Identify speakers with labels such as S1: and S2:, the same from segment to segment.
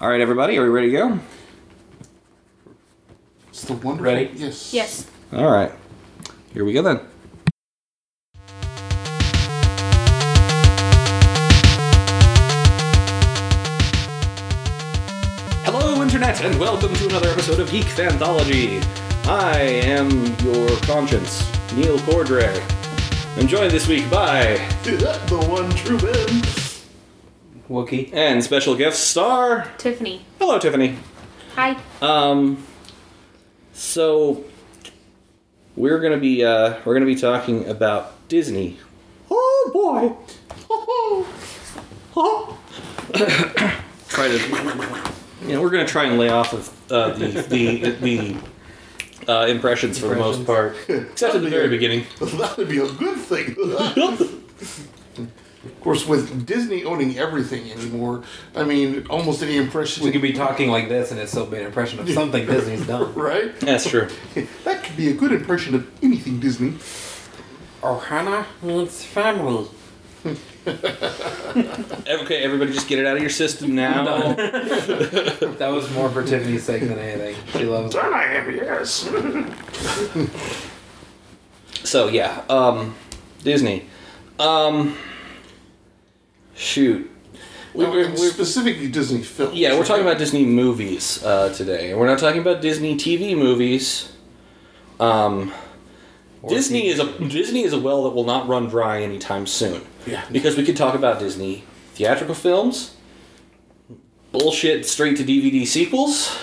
S1: All right, everybody, are we ready to go?
S2: It's the wonderful.
S3: Ready?
S2: Yes.
S4: Yes.
S1: All right, here we go then. Hello, Internet, and welcome to another episode of Geek Fanthology. I am your conscience, Neil Cordray. I'm joined this week by
S2: the one true man.
S3: Wookie.
S1: and special guest star.
S4: Tiffany.
S1: Hello, Tiffany.
S4: Hi.
S1: Um, so we're gonna be uh, we're gonna be talking about Disney. Oh boy! try to you know we're gonna try and lay off of uh, the the the uh, impressions for the most part, except at the very beginning.
S2: That would be a good thing. of course, with Disney owning everything anymore, I mean, almost any impression.
S3: We could be talking like this and it's still be an impression of something Disney's done.
S2: right?
S1: That's true.
S2: That could be a good impression of anything Disney.
S3: Oh, Hannah wants family.
S1: Okay, everybody, just get it out of your system now.
S3: That was more for Tiffany's sake than anything. She loves
S2: Then I am, yes.
S1: So yeah, um, Disney. Um, shoot. We, we, we,
S2: specifically Disney films.
S1: yeah, we're talking about Disney movies uh, today. We're not talking about Disney TV movies. Um, Disney is a Disney is a well that will not run dry anytime soon.
S2: Yeah.
S1: Because we could talk about Disney theatrical films, bullshit straight to DVD sequels.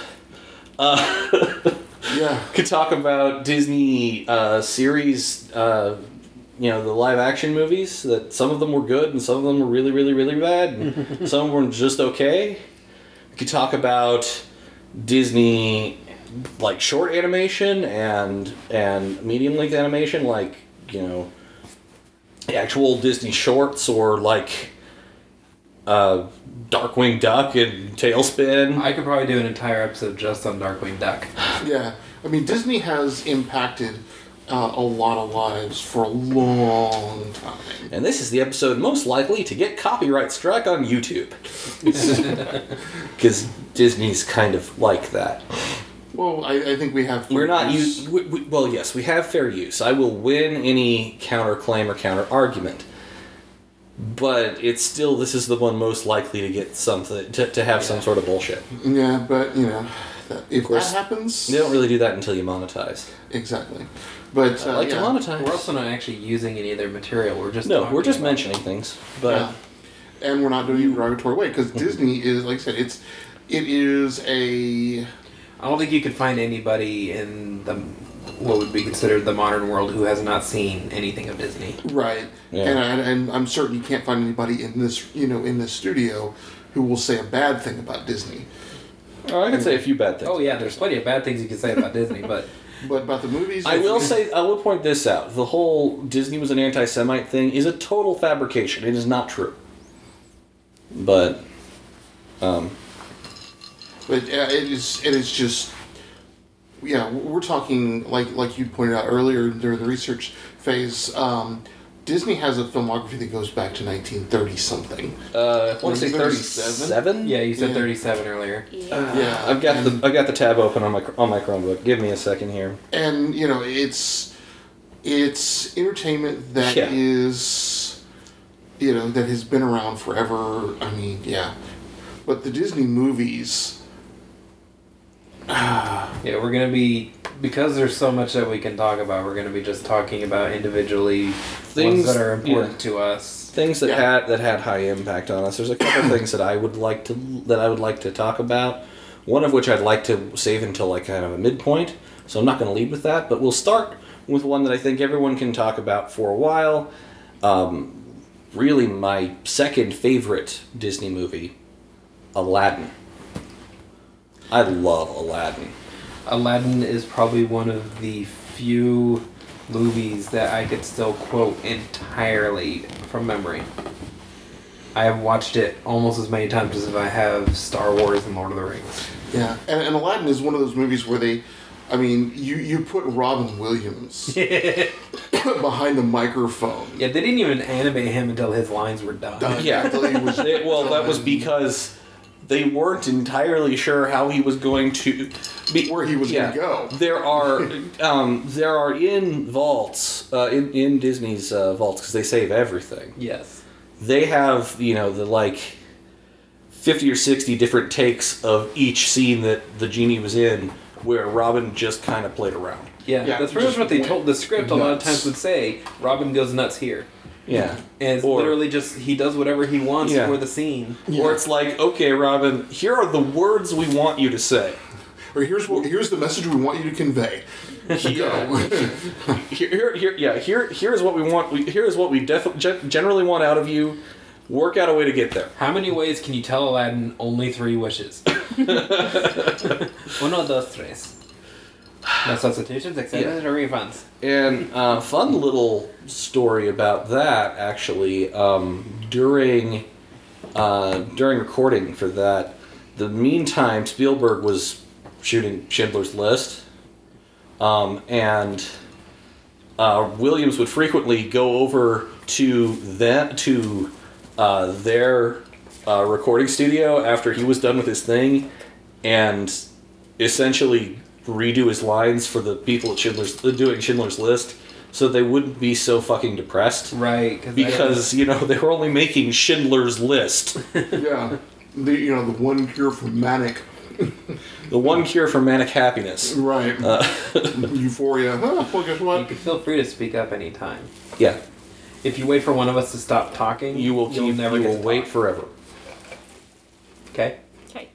S1: Uh,
S2: Yeah.
S1: could talk about Disney uh, series, uh, you know, the live action movies that some of them were good and some of them were really, really, really bad. And some were just okay. We could talk about Disney like short animation and and medium length animation, like you know, the actual Disney shorts or like. Uh, Darkwing Duck and Tailspin.
S3: I could probably do an entire episode just on Darkwing Duck.
S2: Yeah. I mean, Disney has impacted uh, a lot of lives for a long time.
S1: And this is the episode most likely to get copyright struck on YouTube. Because Disney's kind of like that.
S2: Well, I, I think we have.
S1: We're not use. We, we, well, yes, we have fair use. I will win any counterclaim or counter argument. But it's still this is the one most likely to get something to, to have some sort of bullshit.
S2: Yeah, but you know, that, if that
S1: course.
S2: happens,
S1: They don't really do that until you monetize.
S2: exactly. But
S1: I
S2: uh,
S1: like
S2: yeah.
S1: to monetize.
S3: We're also not actually using any of their material. We're just
S1: no,
S3: talking
S1: we're just
S3: about
S1: mentioning things. But
S2: Yeah. and we're not doing it in a derogatory way because
S1: Mm-hmm.
S2: Disney is, like I said, it's it is a
S3: it. I don't think you could find anybody in the what would be considered the modern world who has not seen anything of Disney.
S2: right,
S1: Yeah.
S2: and, I, and I'm certain you can't find anybody in this you know in this studio who will say a bad thing about Disney.
S1: oh, I could say a few bad things.
S3: Oh yeah, there's plenty of bad things you can say about Disney, but
S2: But about the movies,
S1: I will say, I will point this out. The whole Disney was an anti Semite thing is a total fabrication. It is not true. But, um,
S2: But uh, it is it is just yeah, we're talking like like you pointed out earlier during the research phase. Um, Disney has a filmography that goes back to 1930 something.
S1: uh, I want to say
S2: 37?
S1: 37?
S3: yeah, you said
S2: Yeah.
S3: 37 earlier.
S4: Yeah.
S2: Yeah,
S1: I've got
S2: and-
S1: the I've got the tab open on my on my Chromebook. Give me a second here.
S2: and you know it's it's entertainment that is
S1: Yeah.
S2: you know that has been around forever i mean yeah but the disney movies
S3: Yeah, we're gonna be because there's so much that we can talk about. We're gonna be just talking about individually
S1: Things-
S3: things that are important
S1: yeah.
S3: to us.
S1: Things that
S2: Yeah.
S1: had that had high impact on us. There's a couple things that I would like to that I would like to talk about. One of which I'd like to save until like kind of a midpoint. So I'm not going to lead with that, but we'll start with one that I think everyone can talk about for a while. Um, really my second favorite Disney movie, Aladdin. I love Aladdin.
S3: Aladdin is probably one of the few movies that I could still quote entirely from memory. I have watched it almost as many times as I have Star Wars and Lord of the Rings.
S2: yeah and, and aladdin is one of those movies where they i mean you you put robin williams behind the microphone
S3: Yeah, they didn't even animate him until his lines were done.
S2: Done.
S1: Yeah.
S2: Until he was
S1: It- well, that was
S2: done.
S1: because they weren't entirely sure how he was going to be
S2: Where he was gonna go.
S1: There are um, there are in vaults uh, in in Disney's uh, vaults because they save everything
S3: Yes.
S1: they have you know the like 50 or 60 different takes of each scene that the genie was in where robin just kind of played around
S3: Yeah,
S2: Yeah,
S3: that's pretty much
S2: just
S3: what they
S2: went
S3: told the script. A lot of
S2: nuts.
S3: times would say, "Robin goes nuts here,"
S1: yeah
S3: and it's
S1: Or-
S3: literally just he does whatever he wants
S1: Yeah.
S3: for the scene.
S1: or it's like okay robin here are the words we want you to say
S2: Or here's what here's the message we want you to convey. Go.
S1: here, here, here yeah here here is what we want we, here is what we def- gen- generally want out of you work out a way to get there
S3: How many ways can you tell Aladdin only three wishes? Uno, dos, tres. No substitutions, exceptions, or refunds.
S1: And uh, fun little story about that actually. Um, during uh, during recording for that, the meantime Spielberg was shooting Schindler's List, um, and uh, Williams would frequently go over to them to uh, their uh, recording studio after he was done with his thing, and essentially redo his lines for the people at Schindler's uh, doing Schindler's List, so they wouldn't be so fucking depressed.
S3: Right,
S1: Because you know they were only making Schindler's List,
S2: yeah. The you know, the one cure for manic.
S1: the one cure for manic happiness.
S2: Right. uh, Euphoria. Huh, well guess
S3: you
S2: what?
S3: can feel free to speak up anytime.
S1: Yeah,
S3: If you wait for one of us to stop talking,
S1: you will
S3: you'll
S1: keep.
S3: never
S1: you
S3: get
S1: will
S3: to
S1: wait
S3: talk.
S1: forever.
S3: Okay.
S4: Okay.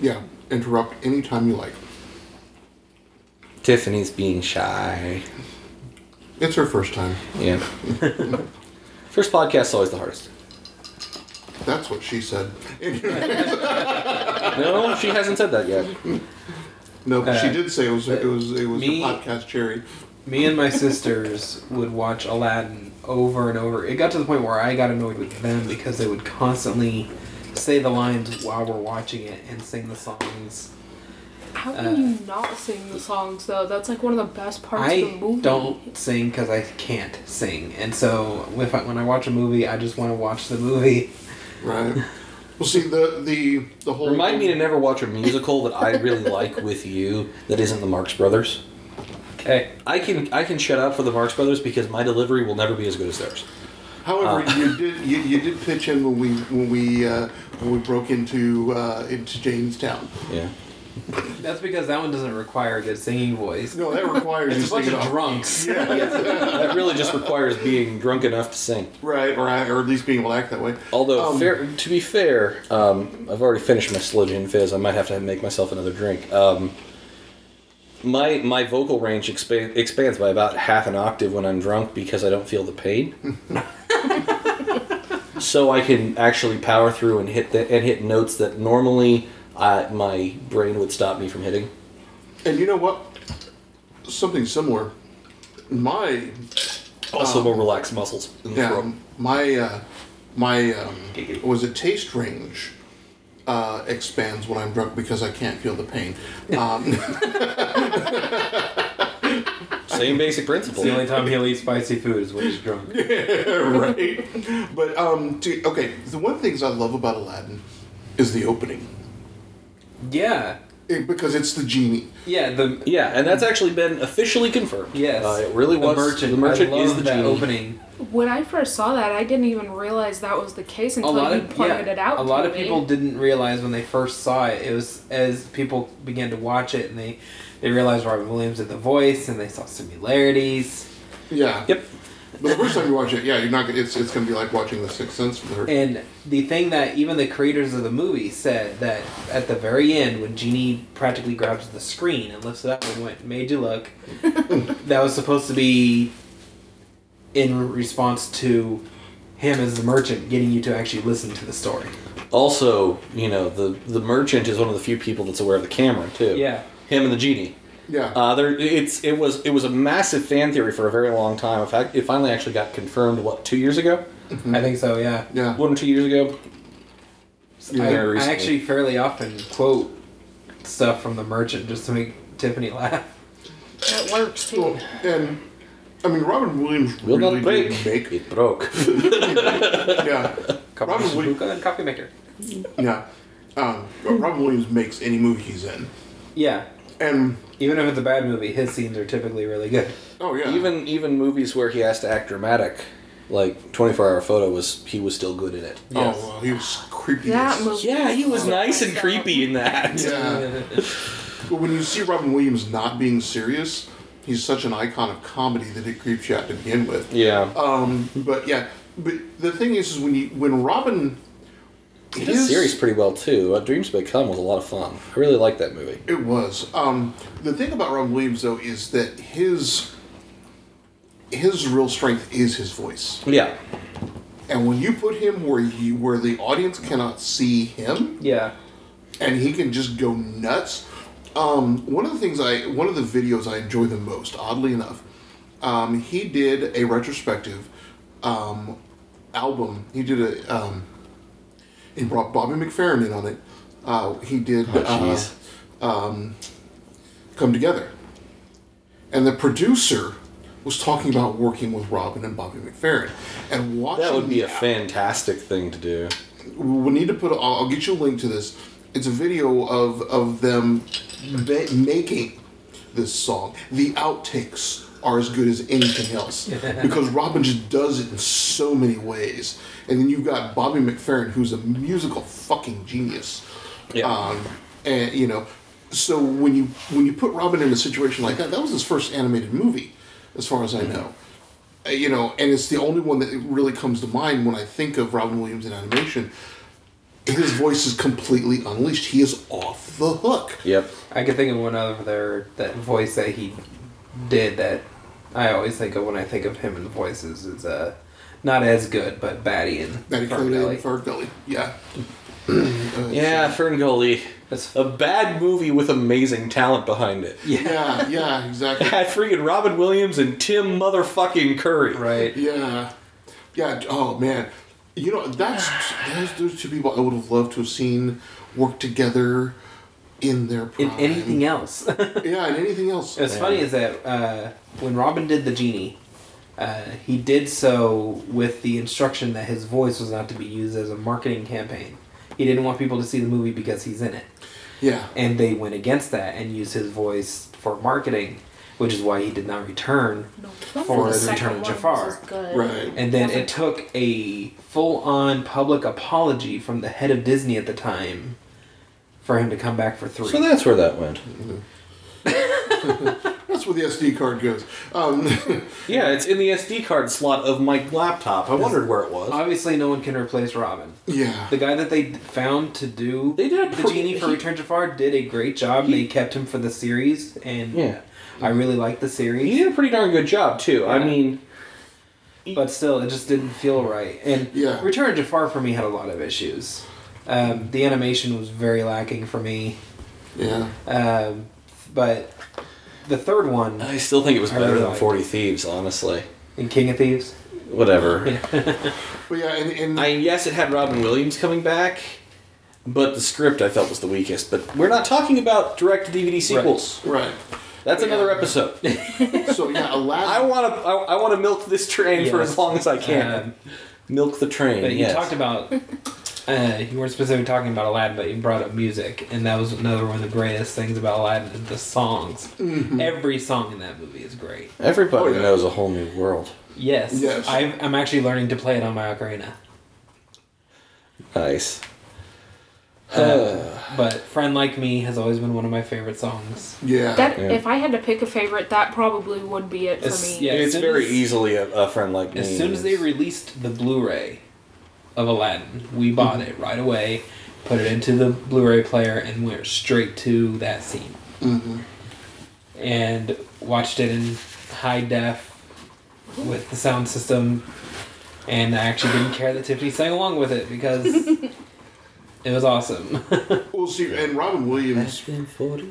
S2: Yeah. Interrupt anytime you like.
S1: Tiffany's being shy.
S2: It's her first time.
S1: Yeah. First podcast's always the hardest.
S2: That's what she said.
S1: No, she hasn't said that yet.
S2: no, but she
S3: Uh,
S2: did say it was it was it was
S3: me-
S2: a podcast cherry.
S3: Me and my sisters would watch Aladdin over and over. It got to the point where I got annoyed with them because they would constantly say the lines while we're watching it and sing the songs.
S4: How
S3: Uh,
S4: can you not sing the songs though? That's like one of the best parts of the
S3: I
S4: movie.
S3: don't sing because I can't sing, and so if I, when I watch a movie, I just want to watch the movie.
S2: Right. Well see the the the whole
S1: Remind me to never watch a musical that I really like with you that isn't the Marx Brothers.
S3: Okay.
S1: I can I can shut up for the Marx Brothers because my delivery will never be as good as theirs.
S2: However, you did you, you did pitch in when we when we uh, when we broke into uh, into Jamestown.
S1: Yeah.
S3: That's because that one doesn't require a good singing voice.
S2: No, that requires
S3: it's
S2: you
S3: a bunch
S2: singing
S3: of
S2: off-
S3: drunks.
S1: That really just requires being drunk enough to sing.
S2: right? Or or at least being able to act that way.
S1: Although,
S2: Um,
S1: fair, to be fair, um, I've already finished my Sludge and Fizz. I might have to make myself another drink. Um, my my vocal range expa- expands by about half an octave when I'm drunk because I don't feel the pain. so I can actually power through and hit the, and hit notes that normally I, my brain would stop me from hitting.
S2: and you know what? Something similar. My
S3: Um,
S1: Also, more relaxed muscles in the
S2: yeah,
S1: throat.
S2: my uh, my um, was it taste range uh, expands when I'm drunk because I can't feel the pain. Um,
S1: Same basic principle.
S3: It's the only time he'll eat spicy food is when he's drunk.
S2: right. But um, to, okay, the one things I love about Aladdin is the opening
S3: Yeah.
S2: It- because it's the genie.
S3: Yeah. The
S1: Yeah, and that's actually been officially confirmed.
S3: Yes.
S1: Uh, it really
S3: the
S1: was.
S3: Merchant.
S1: The merchant
S3: I love
S1: is the
S3: that
S1: genie.
S3: opening.
S4: When I first saw that, I didn't even realize that was the case
S3: A
S4: until
S3: lot
S4: you
S3: of
S4: pointed
S3: yeah,
S4: it out.
S3: a lot
S4: to
S3: of
S4: me.
S3: people didn't realize when they first saw it. It was as people began to watch it and they they realized Robin Williams did the voice and they saw similarities.
S2: Yeah.
S1: Yep.
S2: But the first time you watch it, yeah, you're not. gonna- It's it's gonna be like watching The Sixth Sense for her.
S3: And the thing that even the creators of the movie said that at the very end, when Genie practically grabs the screen and lifts it up and went, made you look, that was supposed to be in response to him as the merchant getting you to actually listen to the story.
S1: Also, you know, the the merchant is one of the few people that's aware of the camera too.
S3: Yeah.
S1: Him and the genie.
S2: Yeah.
S1: Uh, there, it's it was it was a massive fan theory for a very long time. In fact, it finally actually got confirmed. What two years ago?
S3: I think so, yeah.
S2: yeah.
S1: One or two years ago.
S3: I,
S1: Very
S3: I
S1: recently.
S3: actually fairly often quote stuff from the merchant just to make Tiffany laugh.
S4: That works too.
S2: Well, and I mean, Robin Williams
S1: Will
S2: really
S1: not break.
S2: did make.
S1: It broke.
S2: Yeah.
S3: Coffee
S2: Robin Williams.
S3: Shibuka and coffee maker.
S2: Yeah. Um, but Robin Williams makes any movie he's in,
S3: Yeah,
S2: and
S3: even if it's a bad movie, his scenes are typically really good.
S2: oh yeah,
S1: Even even movies where he has to act dramatic, like Twenty Four Hour Photo was he was still good in it.
S3: Yes.
S2: oh well, he was creepy.
S4: That
S2: as-
S4: movie.
S1: Yeah, he was nice and creepy in that.
S2: Yeah. But when you see Robin Williams not being serious, he's such an icon of comedy that it creeps you out to begin with.
S1: Yeah.
S2: Um, but yeah, but the thing is, is when you when Robin,
S1: He did the series pretty well too. Uh, Dreams May Come was a lot of fun. I really liked that movie.
S2: It was. Um, the thing about Robin Williams though is that his his real strength is his voice,
S1: Yeah.
S2: and when you put him where you where the audience cannot see him,
S3: Yeah.
S2: and he can just go nuts. Um, one of the things I one of the videos I enjoy the most, oddly enough, um, he did a retrospective um, album. He did a um, he brought Bobby McFerrin in on it. Uh, he did
S1: Oh,
S2: uh,
S1: jeez.
S2: um, come together. And the producer was talking about working with Robin and Bobby McFerrin, and watching.
S1: That would be
S2: the
S1: a fantastic thing to do.
S2: we need to put. I'll, I'll get you a link to this. It's a video of of them ba- making this song. The outtakes are as good as anything else because Robin just does it in so many ways. And then you've got Bobby McFerrin, who's a musical fucking genius.
S1: Yeah.
S2: Um, and you know, so when you when you put Robin in a situation like that, that was his first animated movie, as far as I know. Uh, You know, and it's the only one that really comes to mind when I think of Robin Williams in animation. His voice is completely unleashed. He is off the hook.
S1: Yep.
S3: I could think of one other that voice that he did that I always think of when I think of him in voices is uh not as good, but Batty and
S2: Matty Cody and
S3: Farminelli.
S2: Ferngully. Yeah. Uh,
S1: Yeah, Ferngully.
S3: That's-
S1: A bad movie with amazing talent behind it.
S2: Yeah, yeah, exactly.
S1: Had freaking Robin Williams and Tim motherfucking Curry.
S3: Right.
S2: Yeah, yeah. Oh man, you know that's those, those two people I would have loved to have seen work together in their
S3: In
S2: prime.
S3: anything else.
S2: Yeah, and anything else.
S3: What's funny is that uh, when Robin did the genie, uh, he did so with the instruction that his voice was not to be used as a marketing campaign. He didn't want people to see the movie because he's in it,
S2: Yeah,
S3: and they went against that and used his voice for marketing, which is why he did not return.
S4: No,
S3: For
S4: the
S3: the
S4: second
S3: Return of
S4: one
S3: Jafar.
S4: was good.
S2: right.
S3: And then it took a full-on public apology from the head of Disney at the time for him to come back for three.
S1: So that's where that went.
S2: That's where the SD card goes. Um,
S1: Yeah, it's in the SD card slot of my laptop. I wondered where it was.
S3: Obviously, no one can replace Robin.
S2: yeah,
S3: The guy that they found to do
S1: They did a
S3: the
S1: pre-
S3: genie for
S1: he-
S3: Return to Far did a great job. they kept him for the series, and
S1: Yeah.
S3: I really liked the
S1: He
S3: series.
S1: did a pretty darn good job too. I
S3: Yeah.
S1: mean,
S3: But still, it just didn't feel right. And
S2: Yeah.
S3: Return to Far for me had a lot of issues. Um, the animation was very lacking for me,
S2: yeah.
S3: um, but the third one
S1: I still think it was
S3: I
S1: better
S3: really
S1: than
S3: liked
S1: Forty Thieves, honestly.
S3: in King of Thieves,
S1: Whatever.
S2: But yeah, and, and
S1: I mean, yes, it had Robin Williams coming back, but the script I felt was the weakest. But we're not talking about direct DVD sequels.
S2: right.
S1: That's
S2: Yeah.
S1: another episode.
S2: So yeah, Aladdin.
S1: I want to. I, I want to milk this train for
S3: Yes.
S1: as long as I can.
S3: Um,
S1: milk the train.
S3: But you
S1: yes.
S3: talked about uh, you weren't specifically talking about Aladdin, but you brought up music, and that was another one of the greatest things about Aladdin is the songs. Every song in that movie is great.
S1: Everybody
S2: Oh, yeah.
S1: knows a whole new world.
S3: Yes,
S2: Yes.
S3: I've, I'm actually learning to play it on my ocarina.
S1: Nice.
S3: Uh, But "Friend Like Me" has always been one of my favorite songs.
S2: yeah,
S4: That
S1: Yeah.
S4: if I had to pick a favorite, that probably would be it for
S3: It's-
S4: me.
S3: yeah. as
S1: it's
S3: soon
S1: very
S3: as-
S1: easily a, a friend like me.
S3: As soon as
S1: is-
S3: they released the Blu-ray of Aladdin, we bought
S1: Mm-hmm.
S3: it right away, put it into the Blu-ray player, and went straight to that scene. Mm-hmm. And watched it in high def with the sound system, and I actually didn't care that Tiffany sang along with it because it was awesome.
S2: Well, see, and Robin Williams
S1: Asking for it.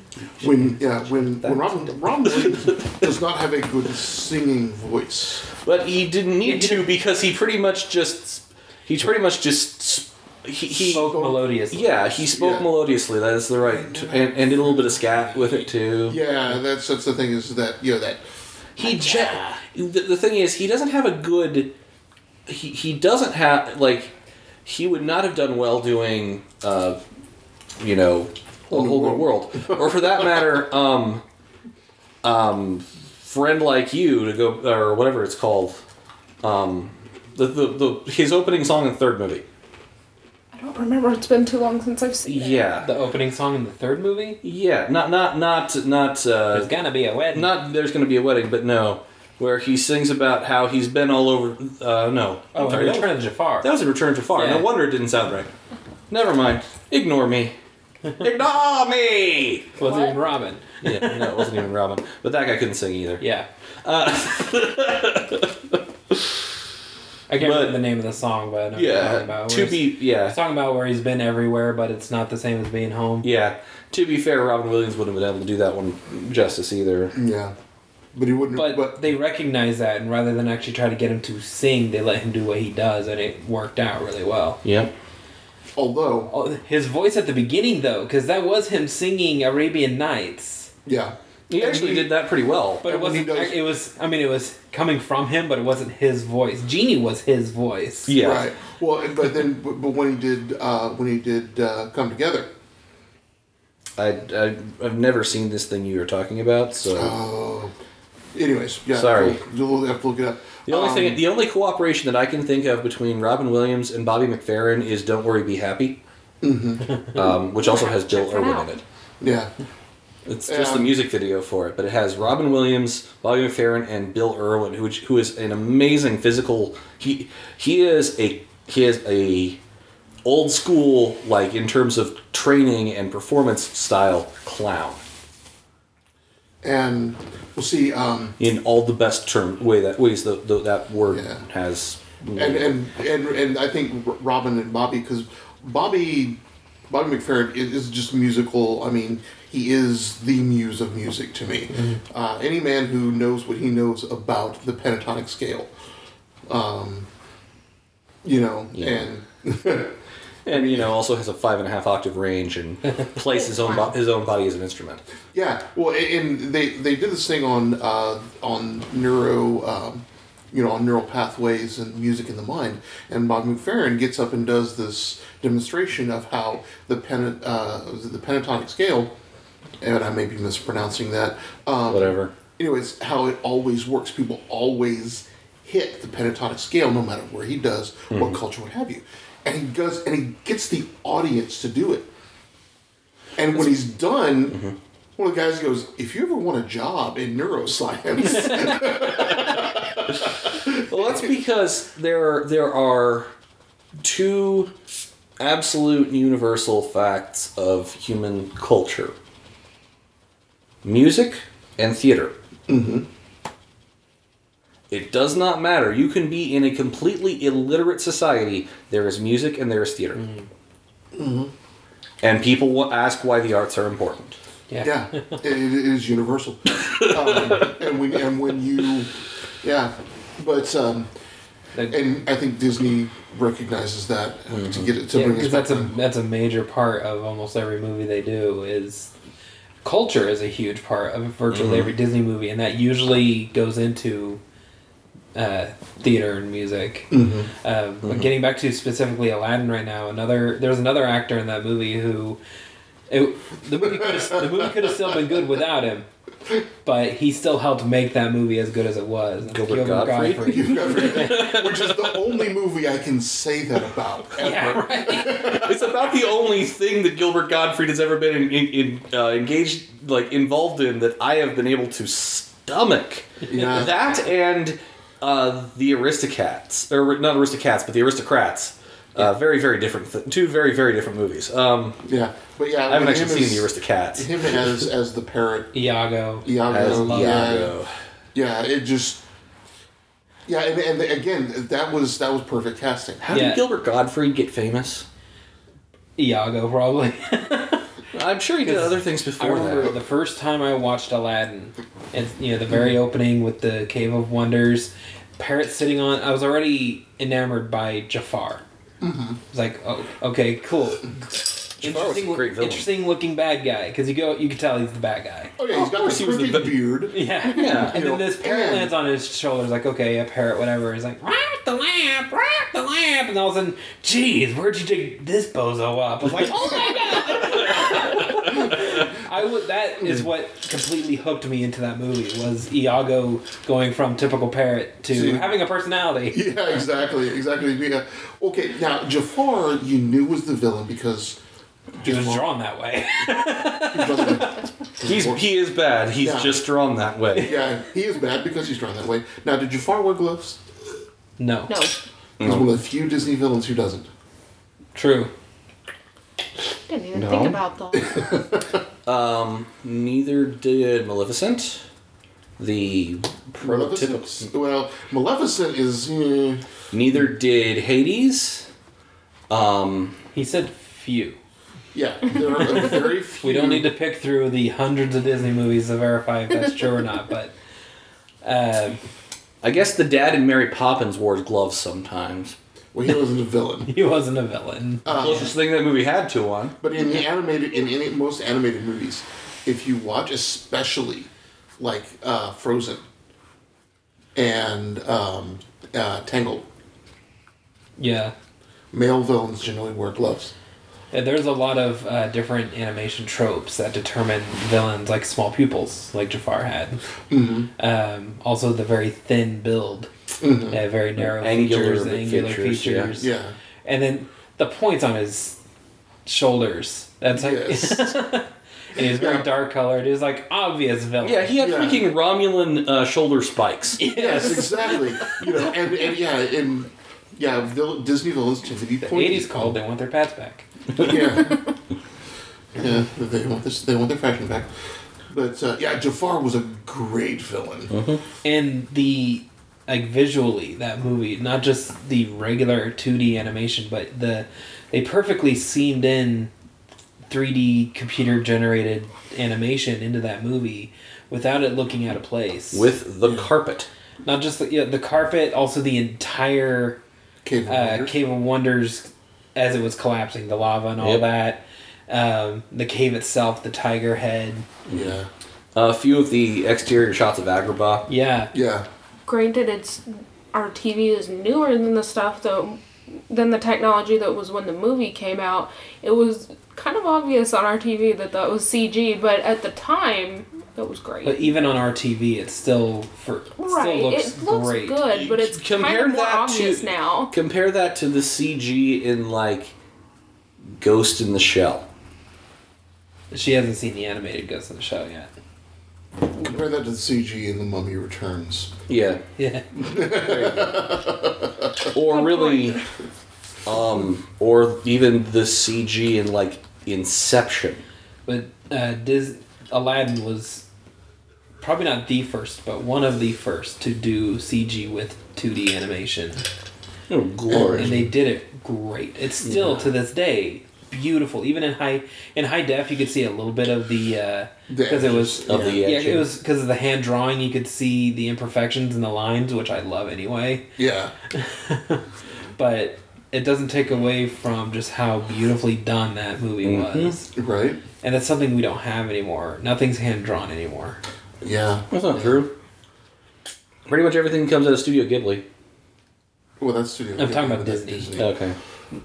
S2: when yeah when when Robin Robin Williams does not have a good singing voice.
S1: But he didn't need to because he pretty much just he pretty much just s- he, he
S3: Spoke melodiously.
S1: yeah he spoke
S2: Yeah.
S1: melodiously. That is the right t- and, and did a little bit of scat with it too.
S2: Yeah, that's that's the thing is that you know that
S1: He ge- the, the thing is he doesn't have a good he he doesn't have like he would not have done well doing uh, you know, a whole new world. Or for that matter, um, um, friend like you to go or whatever it's called. Um, the, the, the his opening song in the third movie.
S4: I don't remember. It's been too long since I've seen it.
S1: Yeah,
S3: The opening song in the third movie?
S1: yeah. Not not not not. Uh,
S3: There's gonna be a wedding.
S1: not there's going to be a wedding, but no, where he sings about how he's been all over. Uh, no,
S3: oh,
S1: I'm sorry,
S3: the
S1: that,
S3: Return of Jafar.
S1: that was a return to far.
S3: Yeah.
S1: No wonder it didn't sound right. Never mind. Ignore me. Ignore me.
S3: wasn't
S4: What?
S3: even Robin.
S1: Yeah, no, it wasn't even Robin, but that guy couldn't sing either.
S3: Yeah.
S1: Uh,
S3: I can't
S1: But-
S3: remember the name of the song, but I know what you're talking
S1: yeah.
S3: about.
S1: To
S3: Where
S1: be
S3: It's
S1: yeah
S3: talking about where he's been everywhere, but it's not the same as being home.
S1: yeah. To be fair, Robin Williams wouldn't have been able to do that one justice either.
S2: Yeah, but he wouldn't.
S3: But,
S2: But,
S3: they recognize that, and rather than actually try to get him to sing, they let him do what he does, and it worked out really well.
S1: Yeah.
S2: although,
S3: Oh, His voice at the beginning, though, because that was him singing Arabian Nights,
S2: yeah,
S1: He actually did that pretty well.
S3: but it
S2: And when he
S3: wasn't.
S2: does-
S3: It was. I mean, it was coming from him, but it wasn't his voice. Genie was his voice.
S1: Yeah.
S2: right. Well, but then, but but when he did, uh, when he did uh, come together,
S1: I, I I've never seen this thing you were talking about, so.
S2: Oh. Anyways, yeah.
S1: Sorry.
S2: You'll, you'll have to look it up.
S1: The only
S2: Um,
S1: thing, the only cooperation that I can think of between Robin Williams and Bobby McFerrin is "Don't Worry, Be Happy,"
S2: Mm-hmm.
S1: um, which also has Bill
S4: Check that
S1: Irwin
S4: out.
S1: in it.
S2: Yeah.
S1: It's just the
S2: Um,
S1: music video for it, but it has Robin Williams, Bobby McFerrin, and Bill Irwin, who who is an amazing physical. He he is a he is a old school like in terms of training and performance style clown
S2: And we'll see. Um,
S1: in all the best term way that ways that that- that word
S2: Yeah.
S1: has.
S2: and, and and and I think R- Robin and Bobby because Bobby Bobby McFerrin is, is just musical. I mean, he is the muse of music to me. Uh, any man who knows what he knows about the pentatonic scale, um, you know,
S1: Yeah.
S2: and
S1: And you know, also has a five and a half octave range and plays his own bo- his own body as an instrument.
S2: Yeah, well, a- and they they did this thing on uh, on neuro, um, you know, on neural pathways and music in the mind. And Bob McFerrin gets up and does this demonstration of how the pen uh, the pentatonic scale, and I may be mispronouncing that. Um,
S1: Whatever.
S2: Anyways, how it always works. People always hit the pentatonic scale, no matter where he does, what culture, what have you. And he does, and he gets the audience to do it. And when he's done, one of the guys goes, "If you ever want a job in neuroscience,
S1: Well, that's because there there are two absolute universal facts of human culture: music and theater. Mm-hmm. It does not matter. You can be in a completely illiterate society. There is music and there is theater. Mm-hmm. And people will ask why the arts are important.
S3: Yeah.
S2: yeah, it, it is universal." um, and when and when you, yeah, but um,
S3: Like-
S2: and I think Disney recognizes that uh, to get it to
S3: Yeah,
S2: bring us
S3: 'cause
S2: back.
S3: that's a
S2: to-
S3: that's a major part of almost every movie they do is culture is a huge part of virtually
S2: Mm-hmm.
S3: every Disney movie, and that usually goes into uh, theater and music.
S2: Mm-hmm.
S3: Uh, But getting back to specifically Aladdin right now, another there's another actor in that movie who it, the movie could have, the movie could have still been good without him. But he still helped make that movie as good as it was. And
S1: Gilbert Gottfried?
S2: You've got everything, which is the only movie I can say that about. ever.
S3: Yeah, right.
S1: It's about the only thing that Gilbert Gottfried has ever been in, in, in, uh, engaged, like involved in, that I have been able to stomach.
S2: Yeah.
S1: That and uh, the Aristocats, or not Aristocats, but the Aristocrats. Uh, very, very different. Th- two very, very different movies. Um,
S2: Yeah, but yeah,
S1: I haven't
S2: with
S1: actually
S2: him
S1: seen the
S2: as-
S1: Aristocats.
S2: Him as as the parrot,
S3: Iago.
S1: As
S2: Iago.
S3: love
S2: yeah.
S1: Iago.
S2: Yeah, it just. Yeah, and, and again, that was that was perfect casting.
S1: How
S3: Yeah.
S1: did Gilbert Gottfried get famous?
S3: Iago, probably.
S1: I'm sure he did other things
S3: I
S1: before
S3: remember
S1: that.
S3: the first time I watched Aladdin, and you know the
S1: Mm-hmm.
S3: very opening with the Cave of Wonders, parrot sitting on. I was already enamored by Jafar. It's like, oh, okay, cool. interesting,
S1: Mm-hmm. a great villain.
S3: interesting looking bad guy because you go, you can tell he's the bad guy.
S2: Oh yeah, he's
S1: Of
S2: got
S1: course
S2: this
S1: he was the
S2: crooked
S1: big-
S2: beard.
S3: Yeah,
S1: Yeah.
S3: And then this parrot
S2: And-
S3: lands on his shoulders, like, okay, a parrot, whatever. He's like, wrap the lamp, wrap the lamp, and all of a sudden, geez, where'd you dig this bozo up? I was like, oh my god. I would. That is what completely hooked me into that movie was Iago going from typical parrot to
S2: See?
S3: having a personality.
S2: Yeah, exactly, exactly. Yeah. Okay, now Jafar, you knew was the villain because
S3: He was drawn that way.
S1: He's he is bad. He's
S2: Yeah.
S1: just drawn that way.
S2: Yeah, he is bad because he's drawn that way. Now, did Jafar wear gloves?
S3: No.
S4: No.
S2: He's one of the few Disney villains who doesn't.
S3: True.
S4: Didn't even
S1: No.
S4: think about that.
S1: Um, neither did Maleficent. The prototypical.
S2: Maleficent. Well, Maleficent is. eh,
S1: Neither did Hades. Um,
S3: He said few.
S2: yeah, there are very few.
S3: We don't need to pick through the hundreds of Disney movies to verify if that's true or not, but uh,
S1: I guess the dad in Mary Poppins wore gloves sometimes.
S2: Well, he wasn't a villain.
S3: he wasn't a villain.
S2: Uh,
S1: Closest thing that movie had to one.
S2: But in the animated, in any most animated movies, if you watch, especially like uh, Frozen and um, uh, Tangled,
S3: Yeah.
S2: male villains generally wear gloves.
S3: Yeah, There's a lot of uh, different animation tropes that determine villains, like small pupils, like Jafar had.
S2: Mm-hmm.
S3: Um, also, the very thin build, uh, very narrow
S1: Angular
S3: features, angular
S1: features,
S3: features.
S1: yeah.
S2: Mm-hmm. Yeah.
S3: And then the points on his shoulders. That's like.
S2: Yes.
S3: and he's very
S2: Yeah.
S3: dark colored. He's like obvious villain.
S1: Yeah, he had
S2: Yeah.
S1: freaking Romulan uh, shoulder spikes.
S2: yes, exactly. You know, and, and yeah, and yeah, vill- Disney villains tend to be
S3: The
S2: pointy.
S3: 80s called, they want their pads back.
S2: Yeah. yeah, they want this. They want their fashion back. But uh, yeah, Jafar was a great villain.
S3: and the like visually that movie not just the regular 2d animation but the they perfectly seamed in 3d computer generated animation into that movie without it looking out of place
S1: With the carpet.
S3: not just the, yeah, the carpet also the entire
S2: Cave of
S3: uh,
S2: Wonders.
S3: cave of wonders as it was collapsing the lava and all
S1: Yep.
S3: that um, the cave itself the tiger head
S2: Yeah.
S1: A few of the exterior shots of Agrabah.
S3: yeah
S2: Yeah.
S4: Granted, it's our TV is newer than the stuff that than the technology that was when the movie came out. It was kind of obvious on our TV that that was CG, but at the time, it was great.
S3: but even on our TV, it still for
S4: right,
S3: still looks,
S4: it looks
S3: great.
S4: good, but it's
S1: Compare
S4: kind of more
S1: that to-
S4: obvious now.
S1: Compare that to the CG in like Ghost in the Shell.
S3: She hasn't seen the animated Ghost in the Shell yet.
S2: Compare that to the CG in The Mummy Returns.
S1: Yeah.
S3: Yeah,
S1: Or really um or even the CG in like Inception.
S3: but uh, Dis- Aladdin was probably not the first, but one of the first to do CG with 2D animation,
S1: Oh,
S3: and
S1: glory.
S3: they did it great. It's still to this day beautiful. Even in high in high def, you could see a little bit of the
S2: The
S3: because it was
S2: edges.
S1: Of the
S3: yeah
S1: action.
S3: it was because of the hand drawing. You could see the imperfections and the lines, which I love anyway.
S2: Yeah.
S3: but it doesn't take away from just how beautifully done that movie was.
S2: Right.
S3: And that's something we don't have anymore. Nothing's hand drawn anymore.
S2: Yeah.
S1: That's not true. Pretty much everything comes out of Studio Ghibli.
S2: Well, that's studio.
S3: I'm talking about
S2: That's
S3: Disney. Oh.
S1: Okay.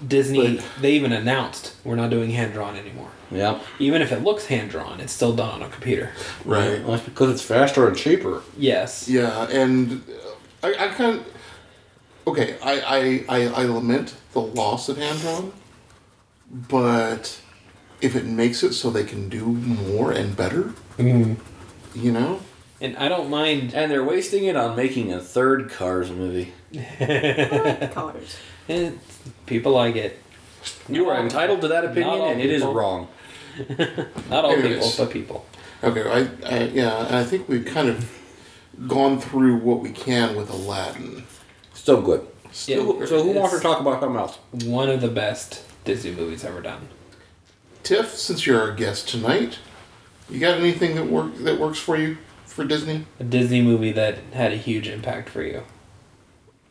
S3: Disney,
S2: But-
S3: they even announced we're not doing hand drawn anymore.
S1: Yeah.
S3: Even if it looks hand drawn, it's still done on a computer.
S2: Right.
S1: Well, that's because it's faster and cheaper.
S3: Yes.
S2: Yeah, and uh, I, I kind of. Okay, I, I, I, I lament the loss of hand drawn, but if it makes it so they can do more and better,
S3: Mm-hmm.
S2: you know?
S3: And I don't mind.
S1: And they're wasting it on making a third Cars movie.
S4: Colors.
S3: eh, people like it.
S1: You are entitled to that
S3: Not
S1: opinion,
S3: all
S1: and it is
S3: people.
S1: wrong.
S3: Not all
S2: It
S3: people,
S2: is.
S3: but people.
S2: Okay, I, I yeah, and I think we've kind of gone through what we can with Aladdin.
S1: Still good.
S2: Still,
S3: Yeah.
S1: So who wants to
S3: It's-
S1: talk about something else?
S3: One of the best Disney movies ever done.
S2: Tiff, since you're our guest tonight, you got anything that work that works for you for Disney?
S3: A Disney movie that had a huge impact for you.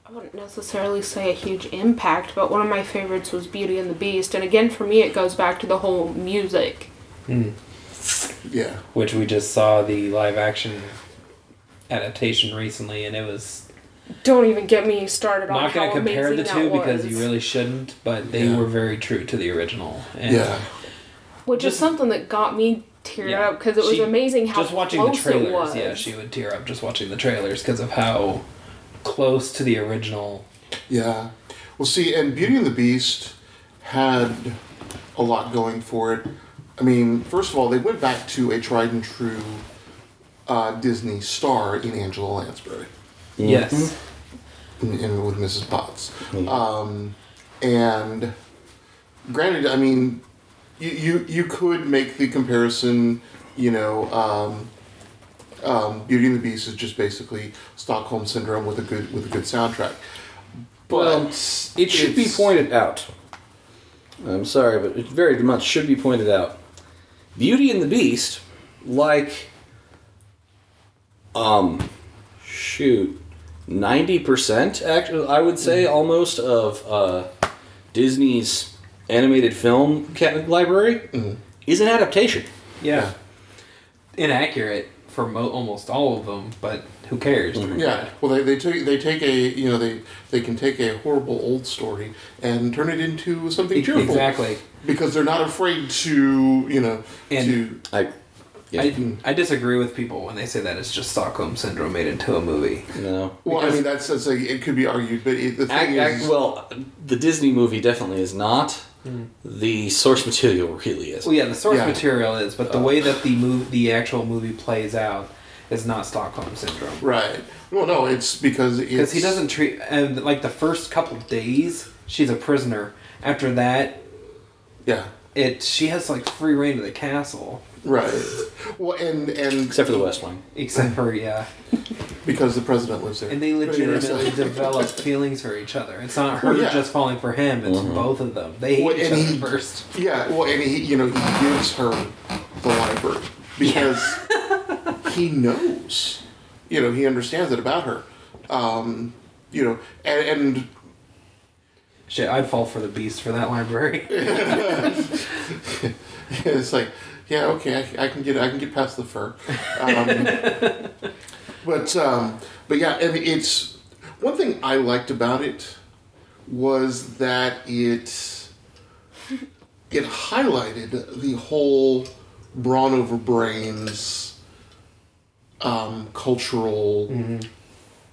S4: I wouldn't necessarily say a huge impact, but one of my favorites was Beauty and the Beast, and again for me it goes back to the whole music.
S2: Yeah,
S3: which we just saw the live action adaptation recently, and it was
S4: Don't even get me started on
S3: not
S4: how
S3: going to compare the
S4: amazing
S3: two
S4: that
S3: because
S4: was.
S3: you really shouldn't, but they
S2: Yeah.
S3: were very true to the original. And
S2: yeah,
S4: which is
S3: Just-
S4: something that got me teared
S3: Yeah.
S4: up because it was
S3: She-
S4: amazing how
S3: just watching the
S4: close it
S3: trailers,
S4: was.
S3: yeah, she would tear up just watching the trailers because of how close to the original.
S2: Yeah. Well, see, and Beauty and the Beast had a lot going for it. I mean, first of all, they went back to a tried and true uh, Disney star in Angela Lansbury, Mm-hmm.
S3: Yes.
S2: in, in, with Mrs. Potts.
S1: Mm-hmm.
S2: Um, and granted, I mean, you, you, you could make the comparison, you know, um, um, Beauty and the Beast is just basically Stockholm Syndrome with a good with a good soundtrack. But
S1: Well, It should be
S2: it's-
S1: pointed out. I'm sorry, but it very much should be pointed out. Beauty and the Beast, like, um, shoot, ninety percent actually, I would say
S2: Mm-hmm.
S1: almost of uh, Disney's animated film ca- library
S2: Mm-hmm.
S1: is an adaptation.
S3: Yeah. Inaccurate for mo- almost all of them, but who cares?
S2: Yeah, well, they, they take they take a you know they they can take a horrible old story and turn it into something
S3: E-
S2: cheerful.
S3: Exactly.
S2: Because they're not afraid to you know
S3: And-
S2: to
S1: I, yeah,
S3: I, I disagree with people when they say that it's just Stockholm syndrome made into a movie.
S1: no.
S2: well, I mean that's that's like it could be argued, but it, the thing
S1: Ac
S2: is,
S1: ac well, the Disney movie definitely is not.
S2: Mm-hmm.
S1: The source material really is.
S3: Well, yeah, the source
S2: Yeah. Uh.
S3: material is, but the way that the move, the actual movie plays out, is not Stockholm syndrome.
S2: right? Well, no, it's because
S3: Because
S2: it's,
S3: he doesn't treat and like the first couple days, she's a prisoner. After that,
S2: Yeah,
S3: it she has like free reign of the castle,
S2: right. Well, and and
S1: Except for the West Wing.
S3: except for yeah,
S2: because the president lives there,
S3: and they
S2: But anyways,
S3: legitimately
S2: like-
S3: develop feelings for each other. It's not her
S2: Well, yeah.
S3: just falling for him; it's both of them. They hate
S2: Well,
S3: each
S2: and
S3: other
S2: he-
S3: first.
S2: Yeah, well, and he, you know, he gives her the library because he knows, you know, he understands it about her, um, you know, and, and
S3: Shit, I'd fall for the beast for that library.
S2: it's like, yeah, okay, I, I can get, I can get past the fur, um, but, um, but yeah, and it's one thing I liked about it was that it, it highlighted the whole brawn over brains um, cultural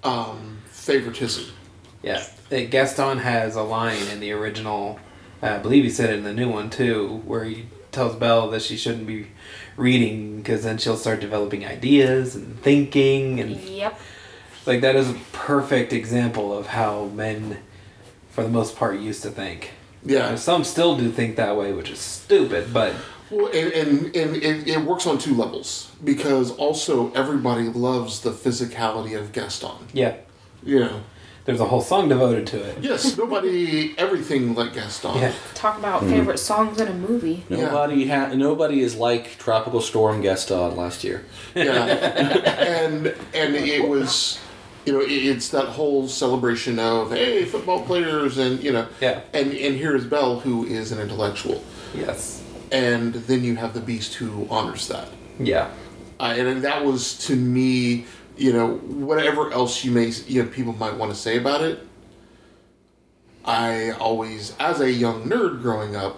S2: um, favoritism.
S3: yeah, Uh, Gaston has a line in the original. I believe he said it in the new one too, where he tells Belle that she shouldn't be reading because then she'll start developing ideas and thinking and
S4: Yep.
S3: Like that is a perfect example of how men, for the most part, used to think.
S2: Yeah.
S3: Now, Uh, Some still do think that way, which is stupid. But
S2: Well, and, and, and it, it works on two levels because also everybody loves the physicality of Gaston.
S3: yeah,
S2: Yeah.
S3: there's a whole song devoted to it.
S2: Yes, nobody, everything like Gaston.
S3: Yeah,
S4: Talk about
S3: Hmm.
S4: favorite songs in a movie.
S1: Nobody ha- nobody is like Tropical Storm Gaston last year.
S2: yeah. and and it was you know it, it's that whole celebration of hey football players and you know
S3: Yeah.
S2: and and here is Bell who is an intellectual
S3: yes,
S2: and then you have the beast who honors that
S3: yeah,
S2: uh, and, and that was to me you know whatever else you may you know people might want to say about it I always as a young nerd growing up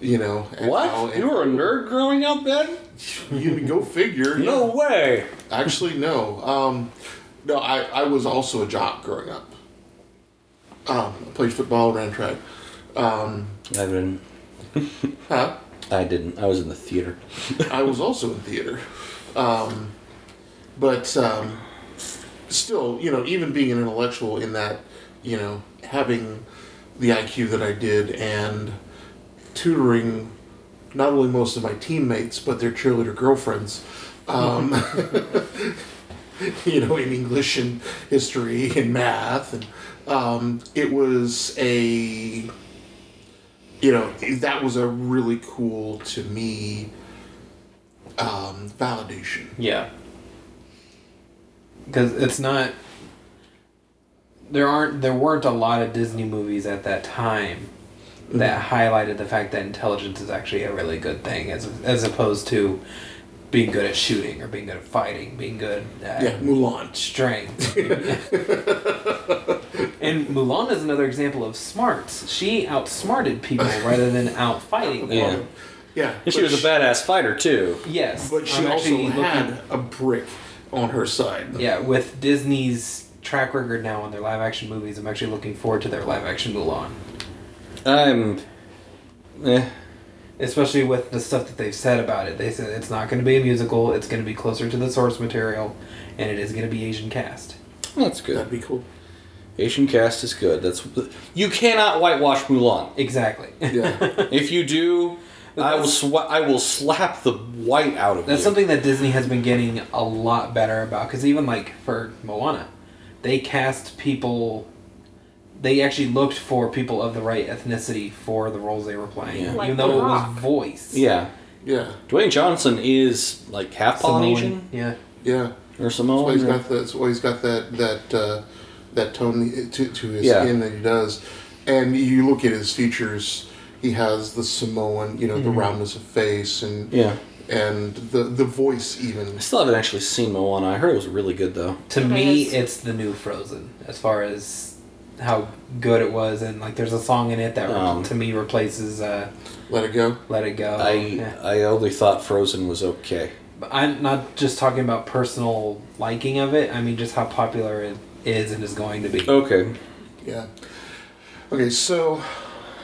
S2: you know and now-
S1: What?
S2: and-
S1: You were a nerd growing up, Ben?
S2: you go figure
S1: No way.
S2: Actually, no. Um, no, I, I was also a jock growing up. Um, I played football, ran track. Um,
S1: I didn't.
S2: huh?
S1: I didn't. I was in the theater.
S2: I was also in theater. Um, but um, still, you know, even being an intellectual in that, you know, having the IQ that I did and tutoring not only most of my teammates, but their cheerleader girlfriends. Um, you know, in English and history and math, and um, it was a, you know, that was a really cool to me um, validation.
S3: yeah. Because it's not. There aren't. There weren't a lot of Disney movies at that time that highlighted the fact that intelligence is actually a really good thing, as as opposed to being good at shooting or being good at fighting, being good at
S2: Yeah, Mulan.
S3: strength. and Mulan is another example of smarts. She outsmarted people rather than outfighting them.
S1: Yeah.
S2: Yeah,
S1: And she
S2: but
S1: was a badass fighter too.
S3: Yes.
S2: But she
S3: I'm
S2: also
S3: actually
S2: had a brick on her side.
S3: Yeah, with Disney's track record now on their live action movies, I'm actually looking forward to their live action Mulan.
S1: I'm. Eh.
S3: Especially with the stuff that they've said about it. They said it's not going to be a musical, it's going to be closer to the source material, and it is going to be Asian cast.
S1: That's good.
S2: That'd be cool.
S1: Asian cast is good. That's you cannot whitewash Mulan.
S3: Exactly.
S2: Yeah.
S1: If you do, I will
S3: That's-
S1: swa- I will slap the white out of
S3: That's
S1: you.
S3: something that Disney has been getting a lot better about because even like for Moana, they cast people. They actually looked for people of the right ethnicity for the roles they were playing,
S1: Yeah.
S3: even
S4: Like
S3: though
S4: The
S3: it was
S4: Rock.
S3: voice.
S1: Yeah,
S2: Yeah,
S1: Dwayne Johnson is like half
S3: Samoan.
S1: Polynesian
S3: Yeah.
S2: yeah.
S1: or
S2: That's why
S1: Samoan.
S2: he's
S1: or-
S2: got that. That's why he's got that that uh, that tone to, to his
S1: Yeah.
S2: skin that he does. And you look at his features. He has the Samoan, you know, the roundness of face and
S1: Mm-hmm. yeah,
S2: and the the voice even.
S1: I still haven't actually seen Moana. I heard it was really good though.
S3: To
S4: It
S3: me,
S4: is.
S3: it's the new Frozen as far as how good it was, and like there's a song in it that re-
S1: Um,
S3: to me replaces uh,
S2: Let it go.
S3: "Let It Go."
S1: I
S3: Yeah.
S1: I only thought Frozen was okay.
S3: But I'm not just talking about personal liking of it. I mean just how popular it is and is going to be.
S1: Okay.
S2: Yeah. Okay, so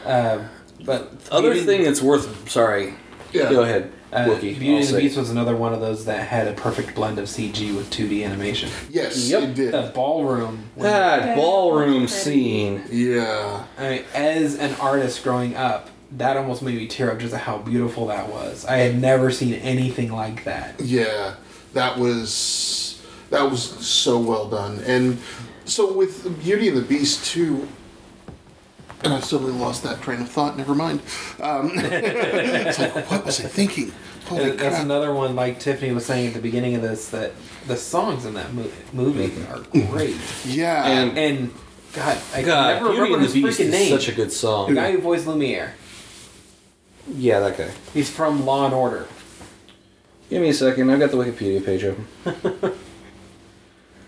S3: Uh, but
S1: The other
S3: Beauty-
S1: thing that's worth sorry.
S2: yeah,
S1: Go ahead.
S3: uh,
S1: Wookie.
S3: Beauty
S1: I'll
S3: and the
S1: say.
S3: Beast was another one of those that had a perfect blend of CG with 2D animation.
S2: yes,
S1: Yep.
S2: it did.
S3: The ballroom. when-
S1: That
S4: That
S1: ballroom
S4: was pretty.
S1: scene.
S2: Yeah,
S3: I mean, as an artist growing up, that almost made me tear up just at how beautiful that was. I had never seen anything like that.
S2: yeah. That was that was so well done, and so with Beauty and the Beast too. And I suddenly lost that train of thought. Never mind. Um, it's like, what was I thinking? Holy
S3: And that's
S2: crap!
S3: another one, like Tiffany was saying at the beginning of this, that the songs in that movie, movie are great.
S2: yeah,
S1: And-
S3: And God, I
S1: Mm-hmm. God,
S3: can never
S1: Beauty
S3: remember
S1: and
S3: his
S1: the Beast
S3: freaking
S1: is
S3: name.
S1: such a good
S3: the
S1: song.
S3: guy who voiced Lumiere.
S1: Yeah, that guy.
S3: He's from Law and Order.
S1: Give me a second. I've got the Wikipedia page open.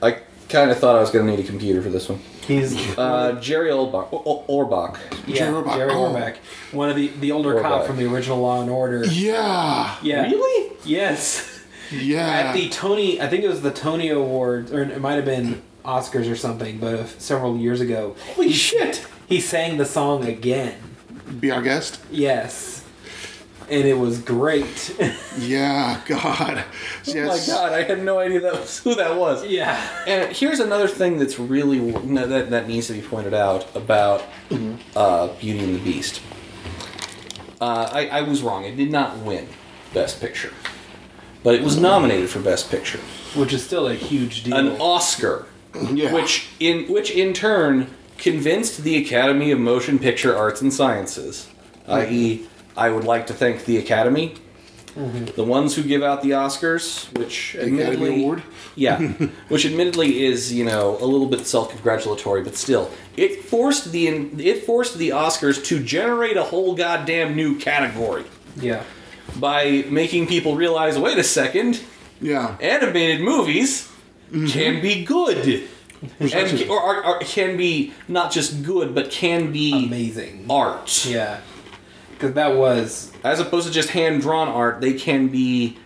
S1: I kind of thought I was going to need a computer for this one.
S3: He's
S1: Uh, Jerry Orbach. O- O- Orbach.
S3: yeah,
S2: Jerry Orbach.
S3: Jerry
S2: Oh.
S3: Orbach, one of the the older cop
S1: Orbach.
S3: from the original Law and Order.
S2: yeah,
S3: Yeah.
S1: Really?
S3: Yes.
S2: yeah.
S3: At the Tony, I think it was the Tony Awards, or it might have been Oscars or something, but uh, several years ago,
S1: Holy shit!
S3: he sang the song again.
S2: Be our guest.
S3: Yes. And it was great.
S2: Yeah, God. Yes.
S1: Oh my god, I had no idea that was who that was.
S3: yeah.
S1: And here's another thing that's really no, that that needs to be pointed out about uh, Beauty and the Beast. Uh, I, I was wrong. It did not win Best Picture, but it was nominated for Best Picture,
S3: Which is still a huge deal.
S1: an Oscar,
S2: Yeah.
S1: which in which in turn convinced the Academy of Motion Picture Arts and Sciences, i.e., I would like to thank the Academy, the ones who give out the Oscars, which
S2: Mm-hmm. Academy
S1: admittedly-
S2: Award?
S1: yeah, which admittedly is you know a little bit self-congratulatory, but still, it forced the it forced the Oscars to generate a whole goddamn new category
S3: yeah.
S1: by making people realize, wait a second,
S2: Yeah.
S1: animated movies can be good, and or, or, or can be not just good, but can be
S3: Amazing.
S1: art
S3: Yeah. Because that was
S1: as opposed to just hand-drawn art. They can be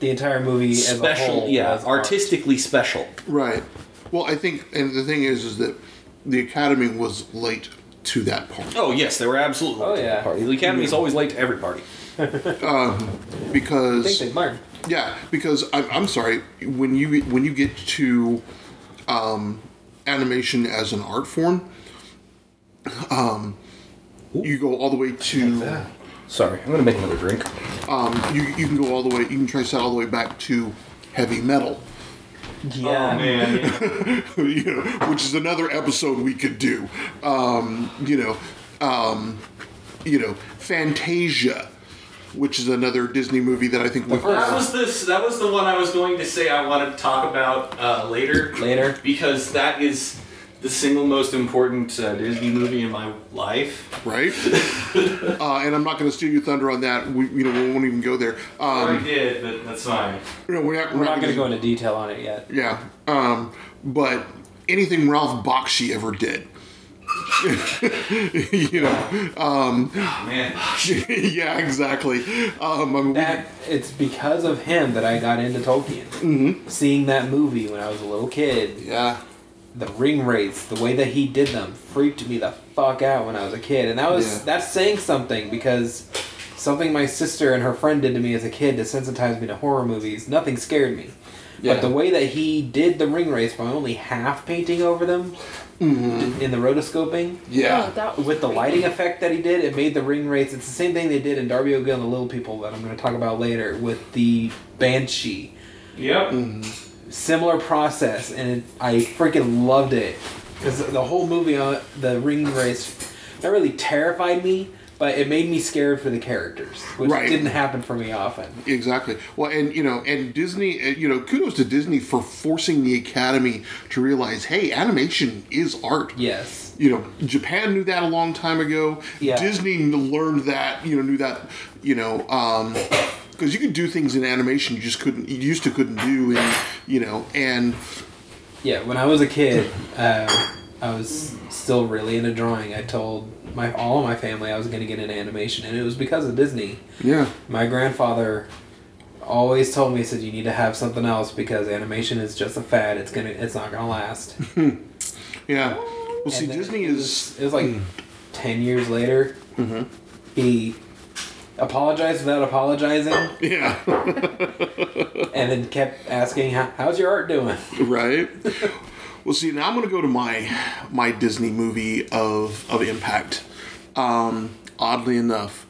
S3: the entire movie as a
S1: special,
S3: whole.
S1: yeah,
S3: was art.
S1: artistically special.
S2: Right. Well, I think, and the thing is, is that the Academy was late to that part
S1: Oh yes, they were absolutely
S3: Oh,
S1: late to
S3: yeah.
S1: the party. The Academy's always late to every party.
S3: I think
S2: because,
S3: they learned.
S2: yeah, because I, I'm sorry when you when you get to um, animation as an art form, um, you go all the way to
S1: Sorry, I'm gonna make another drink.
S2: you, you can go all the way you can trace that all the way back to heavy metal,
S3: Yeah.
S1: man.
S2: you know, which is another episode we could do. Um, you know, um, you know, Fantasia, which is another Disney movie that I think we
S1: that was this. That was the one I was going to say I wanted to talk about uh, later.
S3: Later.
S1: because that is the single most important uh, Disney movie in my life.
S2: right. uh, and I'm not going to steal your thunder on that. We, you know, we won't even go there. Um,
S1: I did, but that's fine.
S2: you know, we're not,
S3: We're not going to go into detail on it yet.
S2: Yeah, um, but anything Ralph Bakshi ever did. you know, um,
S1: Man.
S2: yeah, exactly. Um, I mean, we-
S3: That it's because of him that I got into Tolkien. Mm-hmm. Seeing that movie when I was a little kid,
S2: yeah,
S3: the ring rates, the way that he did them, freaked me the fuck out when I was a kid, and that was
S2: Yeah.
S3: that's saying something because something my sister and her friend did to me as a kid desensitized me to horror movies. Nothing scared me.
S2: Yeah.
S3: But the way that he did the ring race by only half painting over them
S2: Mm-hmm.
S3: in the rotoscoping,
S4: Oh,
S2: yeah,
S4: that was
S3: with the
S4: creepy.
S3: lighting effect that he did, it made the ring rates. It's the same thing they did in Darby O'Gill and the Little People that I'm going to talk about later with the Banshee.
S1: Yep.
S3: Similar process, and it, I freaking loved it because the whole movie, uh, the ring race, not really terrified me, but it made me scared for the characters, which
S2: Right.
S3: didn't happen for me often.
S2: exactly. Well, and you know, and Disney, uh, you know, kudos to Disney for forcing the Academy to realize, hey, animation is art.
S3: Yes,
S2: you know, Japan knew that a long time ago.
S3: Yeah.
S2: Disney learned that, you know, knew that, you know, um 'cause because you could do things in animation you just couldn't, you used to couldn't do, and you know, and
S3: yeah. When I was a kid, uh, I was still really into drawing. I told my all of my family I was going to get into animation, and it was because of Disney.
S2: yeah,
S3: My grandfather always told me, he said, "You need to have something else because animation is just a fad. It's gonna, it's not gonna last."
S2: yeah. Well, see,
S3: And then
S2: Disney
S3: it
S2: is
S3: was- It was like ten years later.
S2: Mm-hmm.
S3: He apologized without apologizing,
S2: yeah,
S3: and then kept asking, "How- "How's your art doing?"
S2: right. Well, see, now I'm gonna go to my my Disney movie of of impact. Um, oddly enough,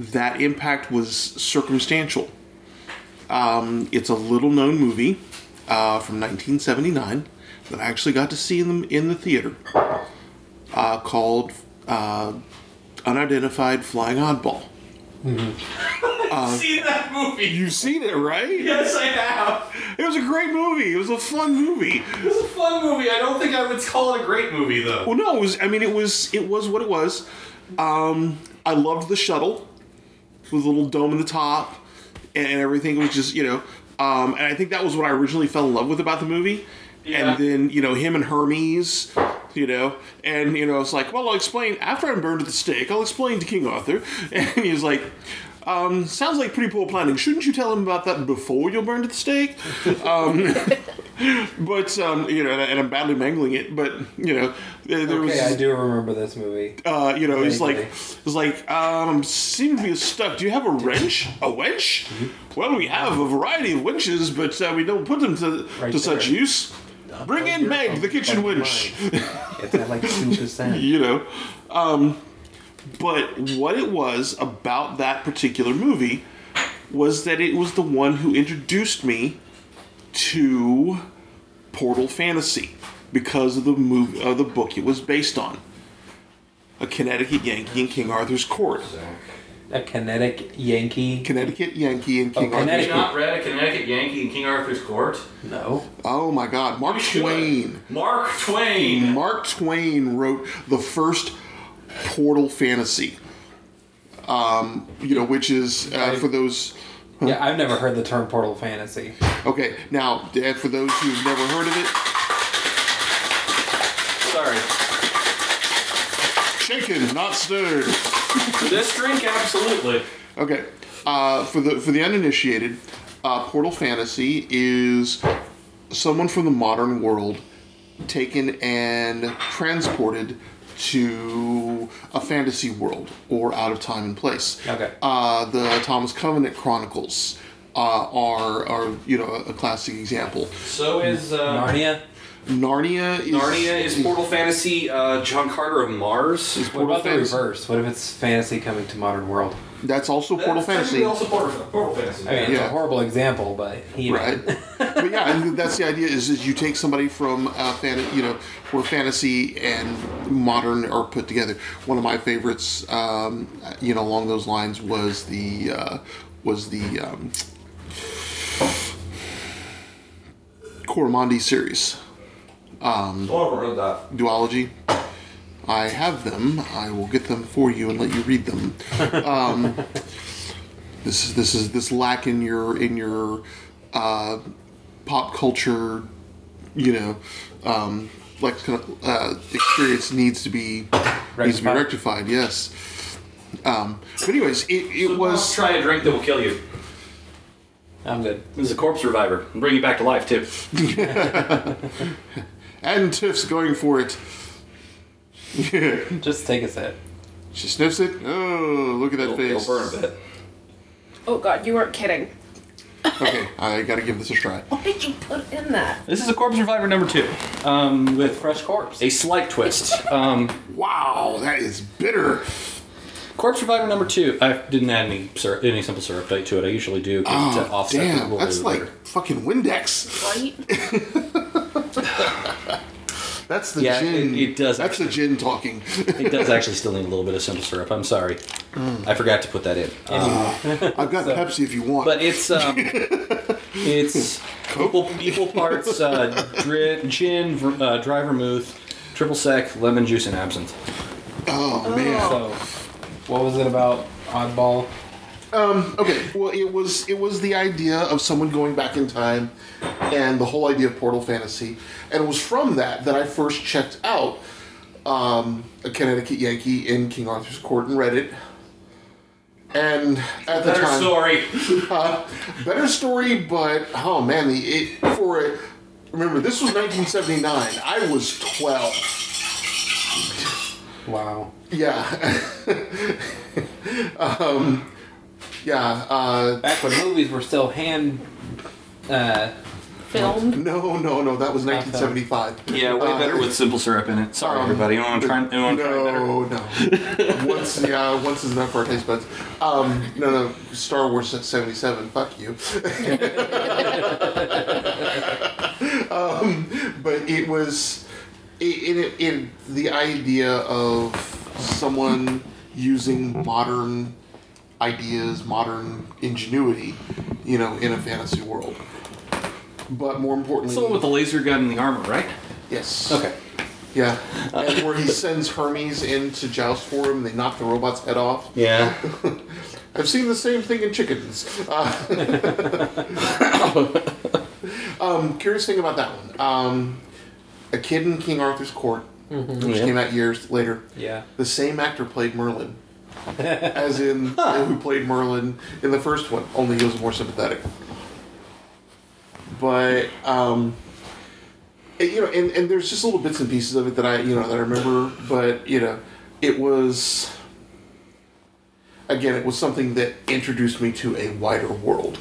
S2: that impact was circumstantial. Um, It's a little known movie uh, from 1979 that I actually got to see in the, in the theater uh, called uh, Unidentified Flying Oddball.
S1: seen that movie.
S2: You've seen it, right?
S1: Yes, I have.
S2: It was a great movie. It was a fun movie.
S1: It was a fun movie. I don't think I would call it a great movie though.
S2: Well, no, it was. I mean, it was. It was what it was. Um, I loved the shuttle with a little dome in the top and everything. It was just you know. Um, and I think that was what I originally fell in love with about the movie.
S1: Yeah.
S2: And then you know him and Hermes, you know, and you know it's like, well, I'll explain after I'm burned at the stake. I'll explain to King Arthur, and he's like. Um, sounds like pretty poor planning. Shouldn't you tell him about that before you're burned at the stake? Um, but um, you know, and, I, and I'm badly mangling it. But you know, there, there was
S3: Okay, I do remember this movie.
S2: uh, you know, he's like,
S3: Vaguely.
S2: he's like, um, seem to be stuck. Do you have a wrench? A winch?
S3: Mm-hmm.
S2: Well, we have a variety of winches, but uh, we don't put them to
S3: Right
S2: to such
S3: there.
S2: use. Bring in Meg, the kitchen winch.
S3: It's at like two percent.
S2: you know, um, but what it was about that particular movie was that it was the one who introduced me to Portal Fantasy because of the movie of the book it was based on. A Connecticut Yankee in King Arthur's Court.
S3: A kinetic Yankee.
S2: Connecticut Yankee in King
S3: Oh,
S1: Have you
S2: Arthur's
S3: Connecticut.
S1: not read A Connecticut Yankee and King Arthur's Court?
S3: No.
S2: Oh my God, Mark Twain.
S1: Mark Twain.
S2: Mark Twain wrote the first Portal Fantasy. Um, you know, which is uh, for those
S3: Yeah, I've never heard the term portal fantasy.
S2: Okay, now uh, for those who've never heard of it,
S1: Sorry.
S2: shaken, not stirred.
S1: This drink, absolutely.
S2: Okay, uh, for the for the uninitiated, uh, Portal Fantasy is someone from the modern world taken and transported to a fantasy world or out of time and place.
S3: Okay.
S2: Uh, the Thomas Covenant Chronicles uh, are are you know a classic example.
S1: So is uh,
S3: Narnia.
S2: Narnia is
S1: Narnia is Portal Fantasy. Uh, John Carter of Mars.
S3: What about the
S2: Fantasy.
S3: reverse? What if it's fantasy coming to modern world?
S2: That's also Portal
S1: That's technically
S2: Fantasy.
S1: Also Portal, Portal Fantasy.
S3: I mean, it's
S2: Yeah.
S3: a horrible example, but you know.
S2: right? but yeah, and that's the idea is, is you take somebody from uh, fan, you know, where fantasy and modern are put together. One of my favorites, um, you know, along those lines was the uh, was the um, Coromandee series
S1: Oh, I read that.
S2: duology. I have them. I will get them for you and let you read them. Um, this is this is this lack in your in your uh, pop culture, you know, um, like kind of uh, experience needs to be needs to be
S3: Rectified.
S2: rectified. Yes. Um, but anyways, it, it
S1: So
S2: was
S1: try a drink that will kill you.
S3: I'm good.
S1: This is a corpse reviver. And bring you back to life too.
S2: and Tiff's going for it.
S3: Just take a sip.
S2: she sniffs it. Oh, look at that
S1: It'll, it'll
S2: face.
S1: burn a bit.
S4: Oh god, you weren't kidding.
S2: Okay, I gotta give this a try.
S4: What did you put in that?
S1: This is a corpse reviver number two, um, with
S3: Fresh corpse.
S1: a slight twist. Um,
S2: Wow, that is bitter.
S1: corpse reviver number two. I didn't add any syrup, any simple syrup to it. I usually do
S2: Oh,
S1: to offset the
S2: damn,
S1: little
S2: that's
S1: bit
S2: like
S1: later.
S2: fucking Windex.
S4: Right?
S2: That's the
S1: Yeah,
S2: gin.
S1: it- it does
S2: That's the gin talking.
S1: it does actually still need a little bit of simple syrup. I'm sorry,
S2: Mm.
S1: I forgot to put that in. Um,
S2: I've got Pepsi if you want.
S1: but it's um, it's equal, equal parts uh, dri- gin, ver- uh, dry vermouth, triple sec, lemon juice, and absinthe.
S2: oh man.
S3: So, what was it about oddball?
S2: Okay, well, it was it was the idea of someone going back in time, and the whole idea of portal fantasy, and it was from that that I first checked out um, a Connecticut Yankee in King Arthur's Court and read it. And at the time,
S1: story.
S2: better story, but oh man, the it for it. Remember, this was 1979. I was 12.
S3: Wow.
S2: Yeah. um, yeah. Uh,
S3: Back when movies were still hand. Uh,
S4: Filmed.
S2: no, no, no. That was 1975.
S1: Yeah, way
S2: Uh,
S1: better with simple syrup in it. Sorry,
S2: um,
S1: everybody. You want to try? You want to try better?
S2: No, no. once, yeah, once is enough for our taste buds. Um, no, no. Star Wars '77. Fuck you. um, but it was, it, it, it, the idea of someone using modern ideas, modern ingenuity, you know, in a fantasy world. But more importantly,
S1: Someone with the laser gun and the armor, right?
S2: yes.
S1: Okay. Uh,
S2: Yeah, and where he sends Hermes in to joust for him, they knock the robot's head off.
S1: Yeah.
S2: I've seen the same thing in chickens. Uh, um, curious thing about that one. Um, a kid in King Arthur's court, which
S1: Mm-hmm. Yeah.
S2: came out years later.
S3: yeah.
S2: The same actor played Merlin, as in who played Merlin in the first one. Only he was more sympathetic. But um, and, you know, and, and there's just little bits and pieces of it that I you know that I remember. But you know, it was again, it was something that introduced me to a wider world.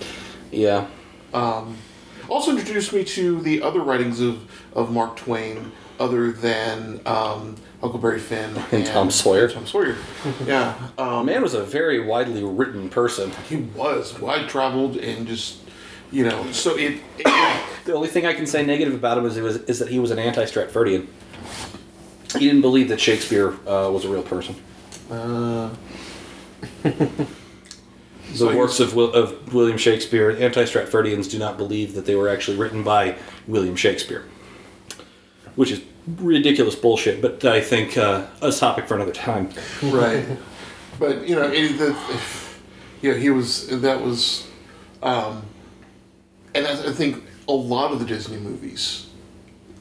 S1: Yeah.
S2: Also introduced me to the other writings of of Mark Twain, other than um, Huckleberry Finn
S1: And Tom Sawyer.
S2: Tom Sawyer, yeah.
S1: The
S2: Um,
S1: Oh, man was a very widely written person.
S2: He was wide traveled and just, you know. So it, it
S1: The only thing I can say negative about him is it was is that he was an anti-Stratfordian. He didn't believe that Shakespeare uh, was a real person.
S2: uh,
S1: The
S2: So he
S1: works
S2: was-
S1: of, Wil- of William Shakespeare, anti-Stratfordians do not believe that they were actually written by William Shakespeare, which is ridiculous bullshit. But I think uh, a topic for another time.
S2: right. But you know, it, the, yeah, he was. That was, um, and I, I think a lot of the Disney movies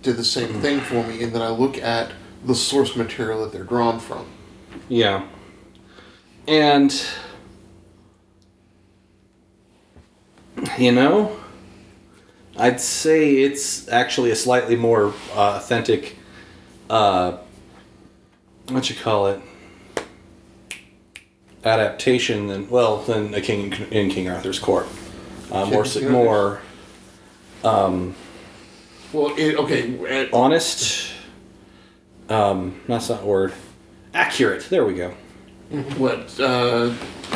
S2: did
S1: Mm-hmm.
S2: the same thing for me in that I look at the source material that they're drawn from.
S1: Yeah. And you know, I'd say it's actually a slightly more uh, authentic uh what you call it adaptation than well than a king in King Arthur's court. Uh, more si-
S2: King Arthur's.
S1: more
S2: Well, it okay. and-
S1: honest um that's not a word. Accurate. There we go.
S2: What? Uh, uh,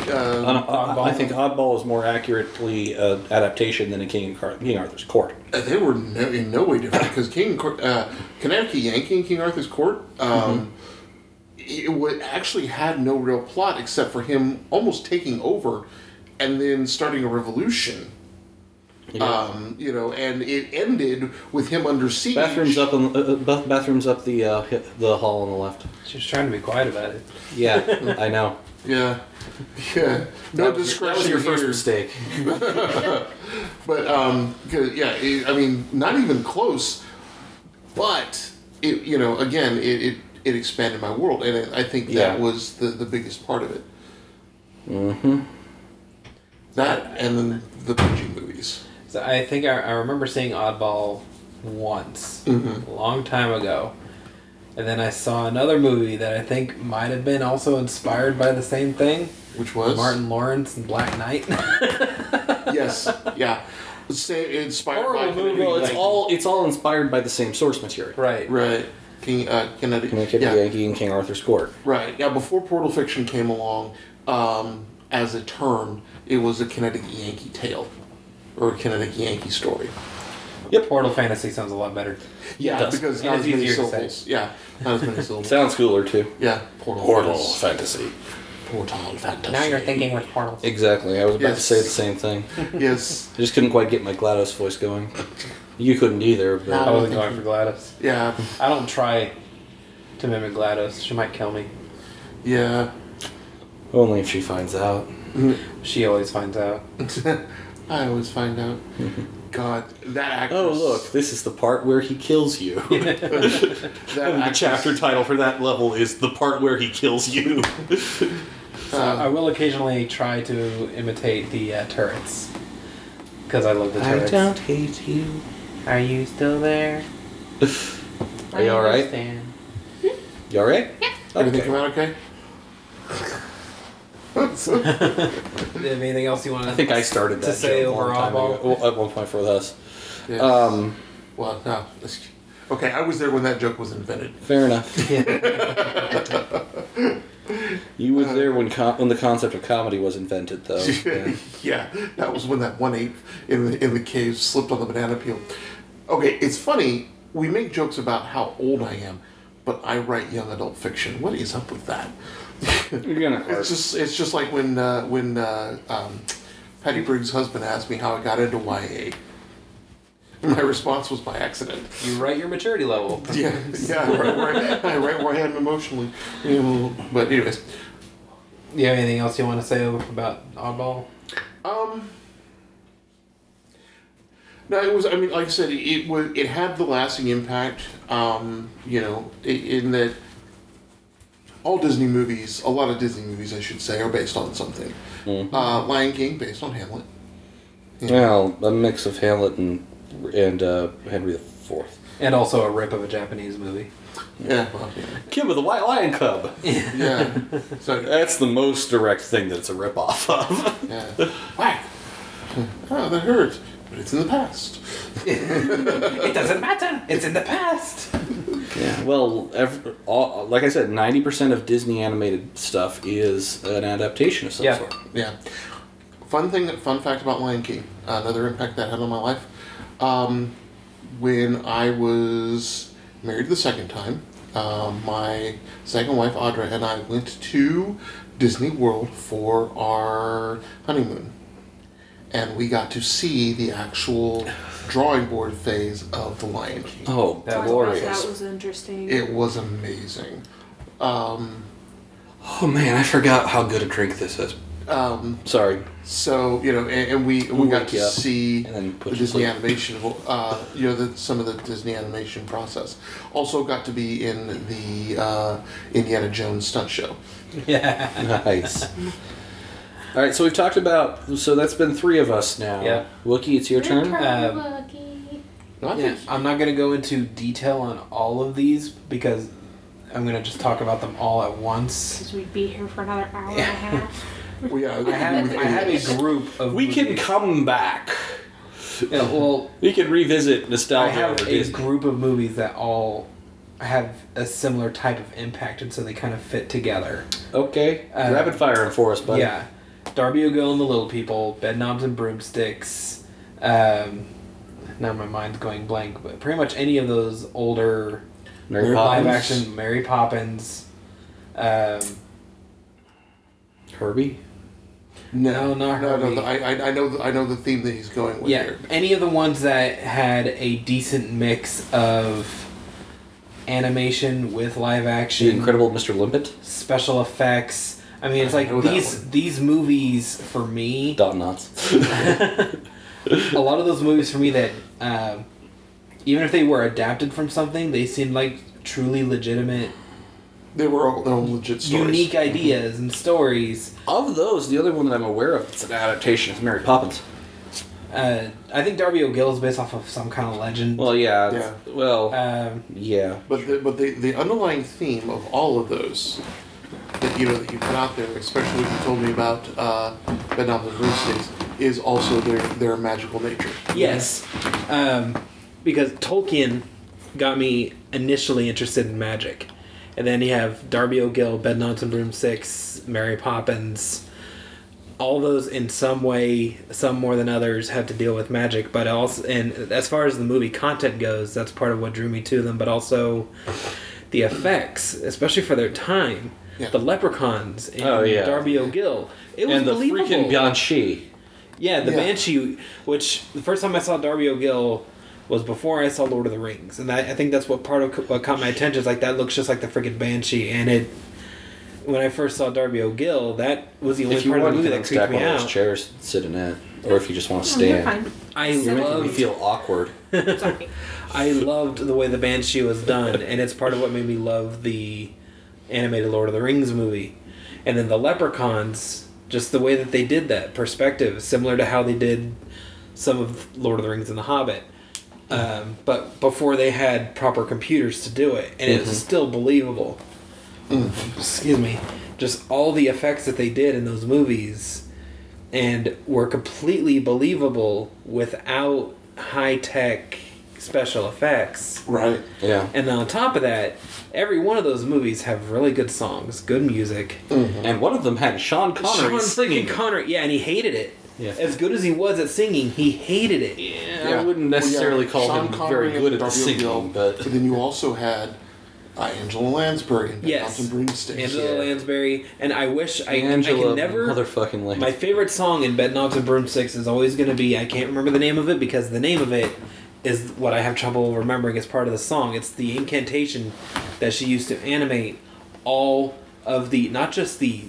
S1: Uh, I I think Oddball is more accurately uh, adaptation than a King, and Car- King Arthur's Court.
S2: Uh, They were no, in no way different because King Cor- uh, Connecticut Yankee and King Arthur's Court um,
S1: Mm-hmm.
S2: it wa actually had no real plot except for him almost taking over and then starting a revolution. Um, you know, and it ended with him under siege.
S1: Bathrooms up, on, uh, uh, ba- bathrooms up the uh, hi- the hall on the left.
S3: She was trying to be quiet about it.
S1: Yeah, I know.
S2: Yeah, yeah. No
S1: That was your-
S2: discretion
S1: That was your first
S2: here.
S1: mistake.
S2: But um, 'cause, yeah, it, I mean, not even close. But it you know again it it, it expanded my world, and it, I think
S1: Yeah.
S2: that was the the biggest part of it.
S1: Mm-hmm.
S2: That and then the PG movies.
S3: So I think I, I remember seeing Oddball once,
S2: Mhm.
S3: a long time ago. And then I saw another movie that I think might have been also inspired by the same thing
S2: Which was
S3: Martin Lawrence and Black Knight.
S2: Yes, yeah. Same inspired
S3: Horrible
S2: by
S3: movie,
S1: Well, it's
S2: like-
S1: all it's all inspired by the same source material.
S3: Right.
S2: right. King uh, Kennedy.
S1: Connecticut
S2: yeah,
S1: Yankee and King Arthur's Court.
S2: Right. Yeah. Before Portal Fiction came along, um, as a term, it was a Kinetic Yankee tale, or a Kinetic Yankee story.
S3: Portal Fantasy sounds a lot better.
S1: It does.
S2: because
S3: And
S2: not
S3: it's
S2: as many
S3: easier to say.
S2: syllables. Yeah, not as many syllables.
S1: Sounds cooler too.
S2: Yeah. Portal.
S1: fantasy.
S2: Portal fantasy.
S3: Now you're thinking with Portal.
S1: Exactly. I was about
S2: Yes.
S1: to say the same thing.
S2: Yes.
S1: I just couldn't quite get my GLaDOS voice going. You couldn't either, but
S3: I
S2: No.
S3: wasn't going for GLaDOS.
S2: Yeah.
S3: I don't try to mimic GLaDOS. She might kill me.
S2: Yeah.
S1: only if she finds out.
S3: She always finds out.
S2: I always find out. God, that actress.
S1: Oh, look, this is the part where he kills you.
S2: That
S1: And the
S2: actress-
S1: chapter title for that level is The Part Where He Kills You.
S3: So Uh,
S2: uh,
S3: I will occasionally try to imitate the uh, turrets. Because I love the turrets.
S1: hate you.
S3: Are you still there?
S1: Are you alright?
S3: understand.
S1: You alright?
S2: Everything come
S1: Okay.
S2: out okay?
S3: Do you have anything else you want to
S1: I think I started
S3: To
S1: that
S3: say
S1: joke a long time
S3: overall.
S1: ago. Well, at one point for us.
S2: Yes.
S1: Um,
S2: well, no. let's- Okay, I was there when that joke was invented.
S1: fair enough. You was there when com- when the concept of comedy was invented, though.
S2: yeah. that was when that one ape in the in the cave slipped on the banana peel. Okay, it's funny. We make jokes about how old I am, but I write young adult fiction. What is up with that?
S1: You're gonna
S2: It's just it's just like when uh, when uh, um, Patty Briggs' husband asked me how I got into YA. My response was by accident.
S3: You write your maturity level.
S2: Yeah, yeah, right where I, right where I am emotionally. You know, but anyways,
S3: Do you have anything else you want to say about Oddball?
S2: um, no, it was. I mean, like I said, it was. It had the lasting impact. Um, you know, i- in that all Disney movies, a lot of Disney movies, I should say, are based on something. Uh, Lion King based on Hamlet.
S1: Well, a mix of Hamlet and and uh, Henry the Fourth.
S3: And also a rip of a Japanese movie.
S2: Yeah, well,
S1: Kid with the White Lion Cub.
S2: yeah. yeah. So
S1: That's the most direct thing that it's a ripoff of.
S2: yeah, whack. Oh, that hurt, but it's in the past.
S3: It doesn't matter. It's in the past.
S1: yeah. Well, ev all, like I said, ninety percent of Disney animated stuff is an adaptation of some
S3: Yeah.
S1: sort.
S2: Yeah. Fun thing, fun fact about Lion King. Another impact that had on my life. Um, when I was married the second time, um, my second wife Audra and I went to Disney World for our honeymoon, and we got to see the actual drawing board phase of the Lion King.
S1: Oh,
S3: That was
S1: glorious!
S4: That was interesting.
S2: It was amazing. Um,
S1: Oh man, I forgot how good a drink this is.
S2: um,
S1: Sorry.
S2: So you know, and, and we we
S1: We'll
S2: got
S1: wake
S2: to
S1: you up
S2: see
S1: and then put
S2: the
S1: you to
S2: Disney
S1: sleep.
S2: animation, uh, you know, the, some of the Disney animation process. Also, got to be in the uh, Indiana Jones stunt show.
S3: Yeah.
S1: Nice. All right, so we've talked about. So that's been three of us now.
S3: Yeah.
S1: Wookie, it's your turn.
S3: Um,
S2: No, I
S3: yeah.
S2: think-
S3: I'm not going to go into detail on all of these because I'm going to just talk about them all at once.
S4: Because we'd be here for another hour and a half.
S2: well, yeah,
S3: I have,
S2: we-
S3: I have a group of.
S1: We can
S3: movies-
S1: come back.
S3: Yeah, well,
S1: We can revisit
S3: I
S1: nostalgia.
S3: have
S1: over
S3: a
S1: Disney.
S3: group of movies that all have a similar type of impact, and so they kind of fit together.
S1: Okay.
S3: Uh,
S1: Rapid fire for us, buddy.
S3: yeah, Darby O'Gill and the Little People, Bedknobs and Broomsticks. Um, now my mind's going blank, but pretty much any of those older
S1: Mary
S3: live
S1: Poppins.
S3: action Mary Poppins. Um,
S1: Herbie.
S3: No,
S2: no,
S3: not
S2: no.
S3: Herbie.
S2: the- I, I I know the, I know the theme that he's going with
S3: yeah,
S2: here.
S3: any of the ones that had a decent mix of animation with live action.
S1: The Incredible Mr. Limpet.
S3: special effects. I mean, it's
S2: I
S3: like
S2: know that
S3: these
S2: one.
S3: these movies for me.
S1: Dot knots.
S3: a lot of those movies for me that um, even if they were adapted from something, they seemed like
S5: truly legitimate,
S2: They were all their own legit stories. Mm-hmm.
S5: unique ideas and stories.
S1: Of those, the other one that I'm aware of that's an adaptation is Mary Poppins.
S5: Uh, I think Darby O'Gill is based off of some kind of legend.
S1: Well, yeah. it's- Well,
S3: Uh,
S5: um,
S1: yeah.
S2: But the, but the, the underlying theme of all of those that you know that you put out there, especially what you told me about uh, Bedknobs and Broomsticks, is also their their magical nature.
S3: Yes. Um, because Tolkien got me initially interested in magic. And then you have Darby O'Gill, Bedknobs and Broomsticks, Mary Poppins. All those, in some way, some more than others, have to deal with magic. But also, and as far as the movie content goes, that's part of what drew me to them. But also, the effects, especially for their time,
S2: Yeah.
S3: the leprechauns and
S1: Oh, yeah.
S3: Darby O'Gill, it was
S1: And the
S3: believable.
S1: freaking Banshee.
S3: Yeah, the
S2: Yeah.
S3: Banshee, which the first time I saw Darby O'Gill was before I saw Lord of the Rings, and I, I think that's what part of co- what caught my attention is like that looks just like the freaking Banshee, and it. When I first saw Darby O'Gill, that was the only
S1: If you
S3: part of the
S1: want, you can
S3: movie that
S1: unstack
S3: creeped
S1: one
S3: me
S1: of those
S3: out.
S1: chairs, and sit in it, or if you just want to
S4: No, you're
S1: stand.
S4: fine.
S3: I
S4: Sit
S1: You're making me
S3: loved,
S1: feel awkward.
S4: It's okay.
S3: I loved the way the Banshee was done, and it's part of what made me love the animated Lord of the Rings movie, and then the Leprechauns, just the way that they did that perspective, similar to how they did some of Lord of the Rings and The Hobbit. Um, but before they had proper computers to do it, and it was still believable. Excuse me. Just all the effects that they did in those movies and were completely believable without high tech special effects.
S2: Right.
S1: Yeah.
S3: And then on top of that, every one of those movies have really good songs, good music.
S1: And one of them had Mm. Sean Connery
S3: Mm-hmm. Sean
S1: singing.
S3: freaking Connery, yeah, and he hated it.
S1: Yeah.
S3: As good as he was at singing, he hated it.
S1: yeah,
S2: Yeah.
S1: I wouldn't
S2: Well, yeah,
S1: necessarily call
S2: Sean
S1: him
S2: Connery
S1: very good at
S2: and
S1: the
S2: Darby
S1: singing,
S2: O'Gill,
S1: but
S2: then you also had uh, Angela Lansbury and
S3: Yes.
S2: Bedknobs and Broomsticks.
S3: Angela
S1: Yeah.
S3: Lansbury, and I wish I, I
S1: Angela,
S3: can never.
S1: motherfucking lady.
S3: My favorite song in Bedknobs and Broomsticks is always going to be I can't remember the name of it because the name of it is what I have trouble remembering as part of the song. It's the incantation that she used to animate all of the not just the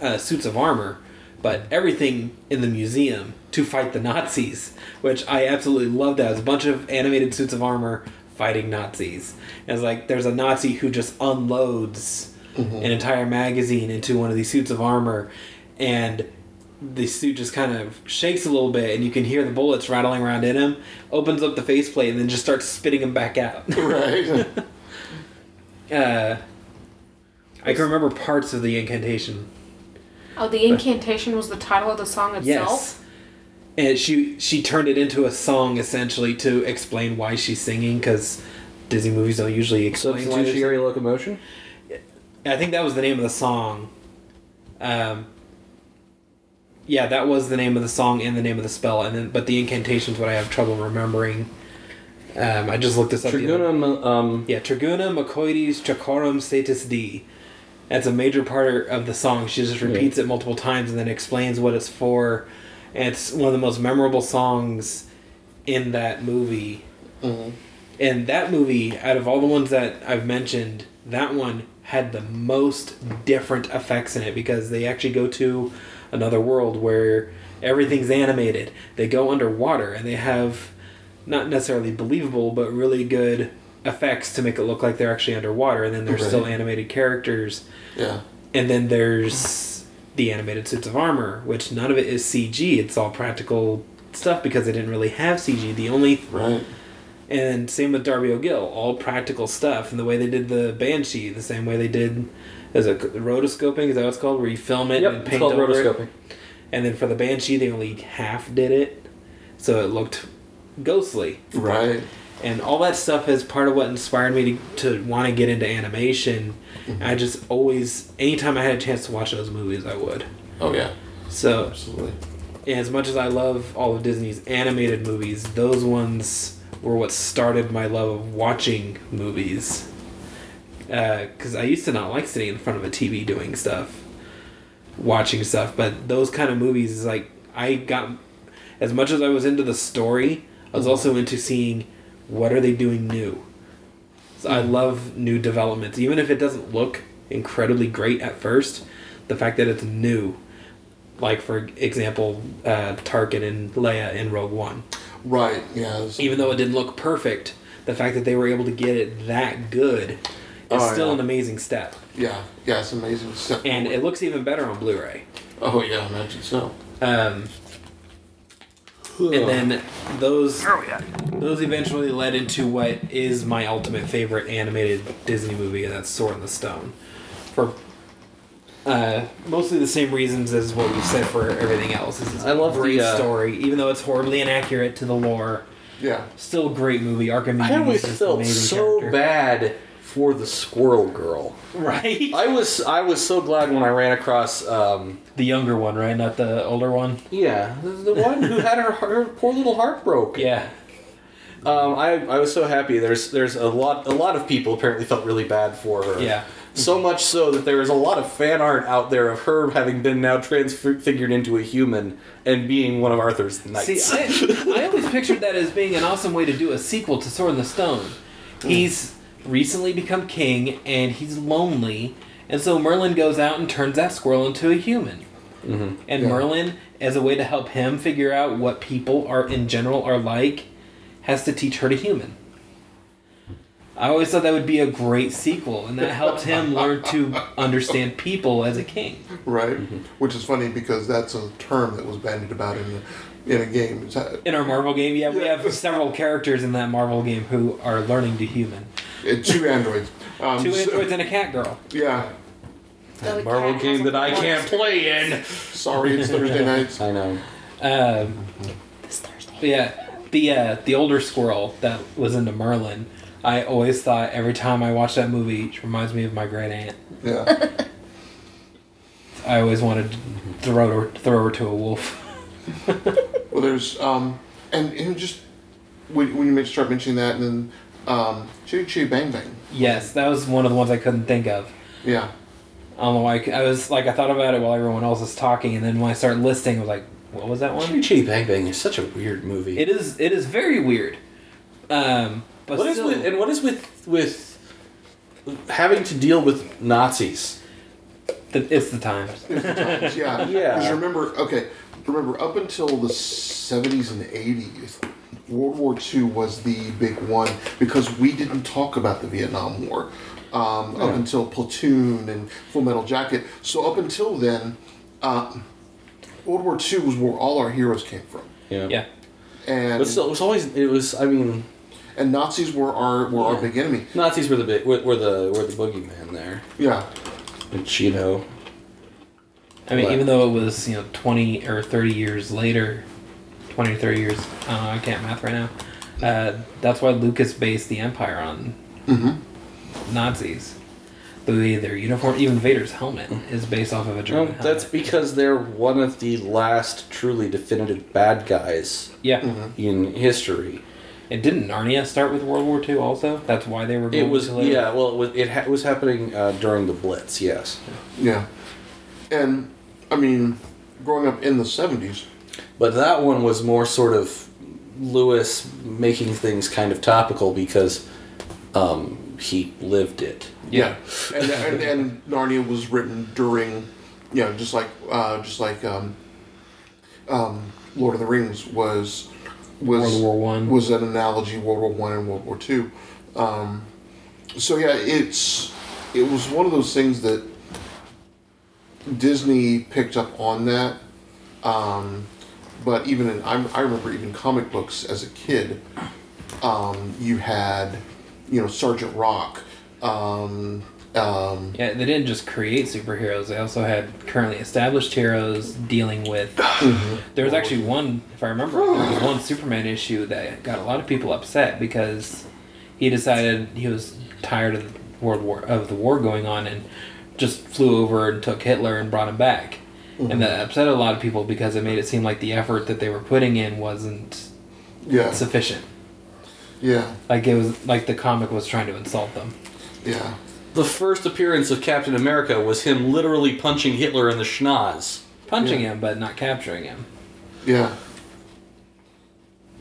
S3: uh, suits of armor, but everything in the museum to fight the Nazis, which I absolutely love. That it was a bunch of animated suits of armor fighting Nazis. And it's like there's a Nazi who just unloads an entire magazine into one of these suits of armor, and the suit just kind of shakes a little bit, and you can hear the bullets rattling around in him. Opens up the faceplate and then just starts spitting them back out.
S2: Right.
S3: uh, I can remember parts of the incantation
S4: Oh, the incantation was the title of the song itself.
S3: Yes. And she she turned it into a song essentially to explain why she's singing because Disney movies don't usually explain why she's.
S1: substitutionary locomotion.
S3: I think that was the name of the song. Um, yeah, that was the name of the song and the name of the spell, and then but the incantation's what I have trouble remembering. Um, I just looked this up. the other-
S1: Triguna, um,
S3: yeah, Triguna Macoides Chacorum Satis D. That's a major part of the song. She just repeats it multiple times and then explains what it's for. And it's one of the most memorable songs in that movie. And that movie, out of all the ones that I've mentioned, that one had the most different effects in it because they actually go to another world where everything's animated. They go underwater and they have not necessarily believable, but really good effects to make it look like they're actually underwater. And then there's still
S2: Right.
S3: animated characters.
S2: yeah.
S3: And then there's the animated suits of armor, which none of it is CG. It's all practical stuff because they didn't really have CG. The only
S2: Right.
S3: and same with Darby O'Gill, all practical stuff, and the way they did the Banshee, the same way they did as a rotoscoping, is that what it's called, where you film it
S1: yep,
S3: and
S1: it's
S3: paint
S1: called
S3: over
S1: rotoscoping.
S3: it. And then for the Banshee, they only half did it, so it looked ghostly.
S2: Right.
S3: And all that stuff is part of what inspired me to, to want to get into animation.
S1: Mm-hmm.
S3: I just always, anytime I had a chance to watch those movies, I would.
S2: Oh yeah.
S3: So
S2: Absolutely.
S3: and as much as I love all of Disney's animated movies, those ones were what started my love of watching movies. Because I used to not like sitting in front of a TV doing stuff, watching stuff, but those kind of movies is like, I got, as much as I was into the story, I was also into seeing what are they doing new. So I love new developments, even if it doesn't look incredibly great at first. The fact that it's new like for example uh, Tarkin and Leia in Rogue One.
S2: Right. Yeah. it's-
S3: Even though it didn't look perfect, the fact that they were able to get it that good is
S2: Oh,
S3: still
S2: yeah.
S3: an amazing step.
S2: Yeah, yeah, it's amazing. stuff.
S3: And it looks even better on Blu-ray.
S2: oh yeah, imagine so.
S3: Um, and then those those eventually led into what is my ultimate favorite animated Disney movie, and that's Sword in the Stone. For uh, mostly the same reasons as what we've said for everything else. This is
S1: I love the,
S3: great
S1: uh,
S3: story, even though it's horribly inaccurate to the lore.
S2: yeah,
S3: Still a great movie. Archimedes
S1: I always
S3: is just an
S1: felt
S3: amazing
S1: so
S3: character.
S1: bad for the squirrel girl.
S3: right?
S1: I was I was so glad when I ran across um,
S3: The younger one, right? Not the older one.
S1: yeah the, the one who had her, her poor little heart broke.
S3: Yeah.
S1: Um, I, I was so happy. There's there's a lot a lot of people apparently felt really bad for her.
S3: Yeah.
S1: So much so that there is a lot of fan art out there of her having been now transfigured into a human and being one of Arthur's
S3: See,
S1: knights.
S3: I, I always pictured that as being an awesome way to do a sequel to Sword in the Stone. He's recently become king and he's lonely, and so Merlin goes out and turns that squirrel into a human. And
S2: Yeah.
S3: Merlin, as a way to help him figure out what people are in general are like, has to teach her to human. I always thought that would be a great sequel, and that helped him learn to understand people as a king.
S2: right.
S3: Mm-hmm.
S2: Which is funny because that's a term that was bandied about in a, in a game. It's, uh,
S3: In our Marvel game, yeah, we have several characters in that Marvel game who are learning to human.
S2: uh, two androids. Um,
S3: Two
S2: so-
S3: androids and a cat girl.
S2: Yeah.
S1: That Marvel game that I can't play in.
S2: Sorry, it's Thursday nights.
S1: I know.
S3: Um,
S4: This Thursday.
S3: yeah, the uh, the older squirrel that was into Merlin. I always thought every time I watched that movie, it reminds me of my great aunt.
S2: Yeah.
S3: I always wanted to throw her, throw her to a wolf.
S2: Well, there's um, and and just when, when you men- start mentioning that, and then um, chitty chitty bang bang.
S3: yes, that was one of the ones I couldn't think of.
S2: Yeah.
S3: I don't know why. I c- I was like, I thought about it while everyone else was talking, and then when I started listening, I was like, what was that one?
S1: Chitty Chitty Bang Bang is such a weird movie.
S3: It is it is very weird. Um, but
S1: What is
S3: still,
S1: with and what is with with having to deal with Nazis?
S3: th- it's the times.
S2: Times, yeah.
S1: Yeah.
S2: Because remember, okay, remember up until the 70s and 80s, World War II was the big one because we didn't talk about the Vietnam War um, up until Platoon and Full Metal Jacket. So up until then, uh, World War II was where all our heroes came from.
S3: Yeah.
S2: And,
S1: But still, it was always it was. I mean,
S2: and Nazis were our were
S1: Yeah.
S2: our big enemy.
S1: Nazis were the big were, were the were the boogeyman there.
S2: Yeah,
S1: And Chino.
S3: I mean,
S1: Right.
S3: even though it was you know twenty or thirty years later, twenty or thirty years, I don't know, I can't math right now. Uh, that's why Lucas based the Empire on
S1: Mm-hmm.
S3: Nazis. The way their uniform, even Vader's helmet, is based off of a
S1: No,
S3: German helmet.
S1: that's because they're one of the last truly definitive bad guys
S3: yeah.
S1: Mm-hmm. in history.
S3: And didn't Narnia start with World War II also? That's why they were.
S1: It
S3: going
S1: was
S3: to live-
S1: yeah. Well, it was it ha- was happening uh, during the Blitz. Yes,
S2: yeah. And I mean, growing up in the 70s,
S1: but that one was more sort of Lewis making things kind of topical because um, he lived it.
S2: Yeah, and, and, and Narnia was written during, you know, just like uh, just like um, um, Lord of the Rings was was
S3: World War One.
S2: was an analogy World War One and World War Two. Um, so yeah, it's it was one of those things that Disney picked up on that. Um, but even in I'm, I remember even comic books as a kid, um, you had you know Sergeant Rock. Um, um,
S3: Yeah, they didn't just create superheroes. They also had currently established heroes dealing with. there was actually one, if I remember, there was one Superman issue that got a lot of people upset because he decided he was tired of the world war of the war going on and just flew over and took Hitler and brought him back, and that upset a lot of people because it made it seem like the effort that they were putting in wasn't
S2: yeah,
S3: sufficient.
S2: yeah,
S3: Like it was like the comic was trying to insult them.
S2: yeah,
S1: The first appearance of Captain America was him literally punching Hitler in the schnoz.
S3: Punching
S2: Yeah.
S3: him, but not capturing him.
S2: yeah.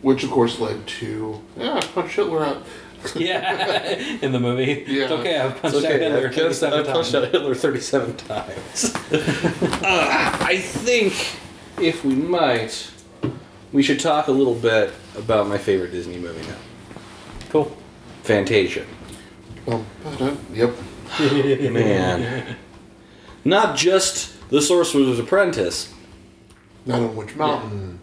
S2: Which of course led to yeah, punch Hitler out.
S3: yeah, in the movie.
S2: Yeah.
S3: It's okay, I've punched
S1: It's
S3: out Hitler.
S1: I've punched out-
S3: 37
S1: I've punched
S3: times.
S1: out Hitler 37 times. Uh, I think, if we might, we should talk a little bit about my favorite Disney movie now.
S3: Cool.
S1: Fantasia.
S3: Um,
S2: Well, uh, yep.
S1: Man. Not just The Sorcerer's Apprentice.
S2: Not on which mountain?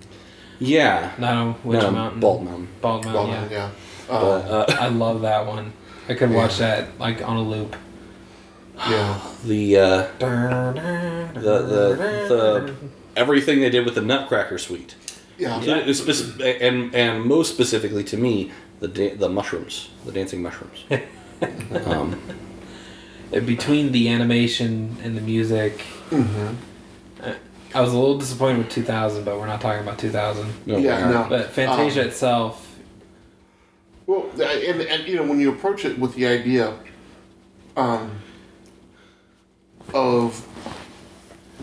S1: Yeah.
S3: Not on which
S1: No,
S3: mountain?
S1: Bald Mountain.
S3: Bald Mountain,
S2: Well,
S3: Oh, yeah.
S2: yeah.
S1: But,
S2: Uh,
S1: uh,
S3: I love that one. I could watch that like on a loop.
S2: yeah.
S1: the, uh,
S3: The
S1: the, the, the, everything they did with the Nutcracker Suite.
S2: Yeah.
S1: So it's spec- and and most specifically to me, the da- the mushrooms, the dancing mushrooms. um,
S3: between the animation and the music.
S1: Mm-hmm.
S2: Mhm.
S3: I was a little disappointed with 2000, but we're not talking about 2000.
S1: no,
S2: Yeah, no.
S3: But Fantasia
S2: Um,
S3: itself,
S2: Well, th- and, and you know when you approach it with the idea, um, of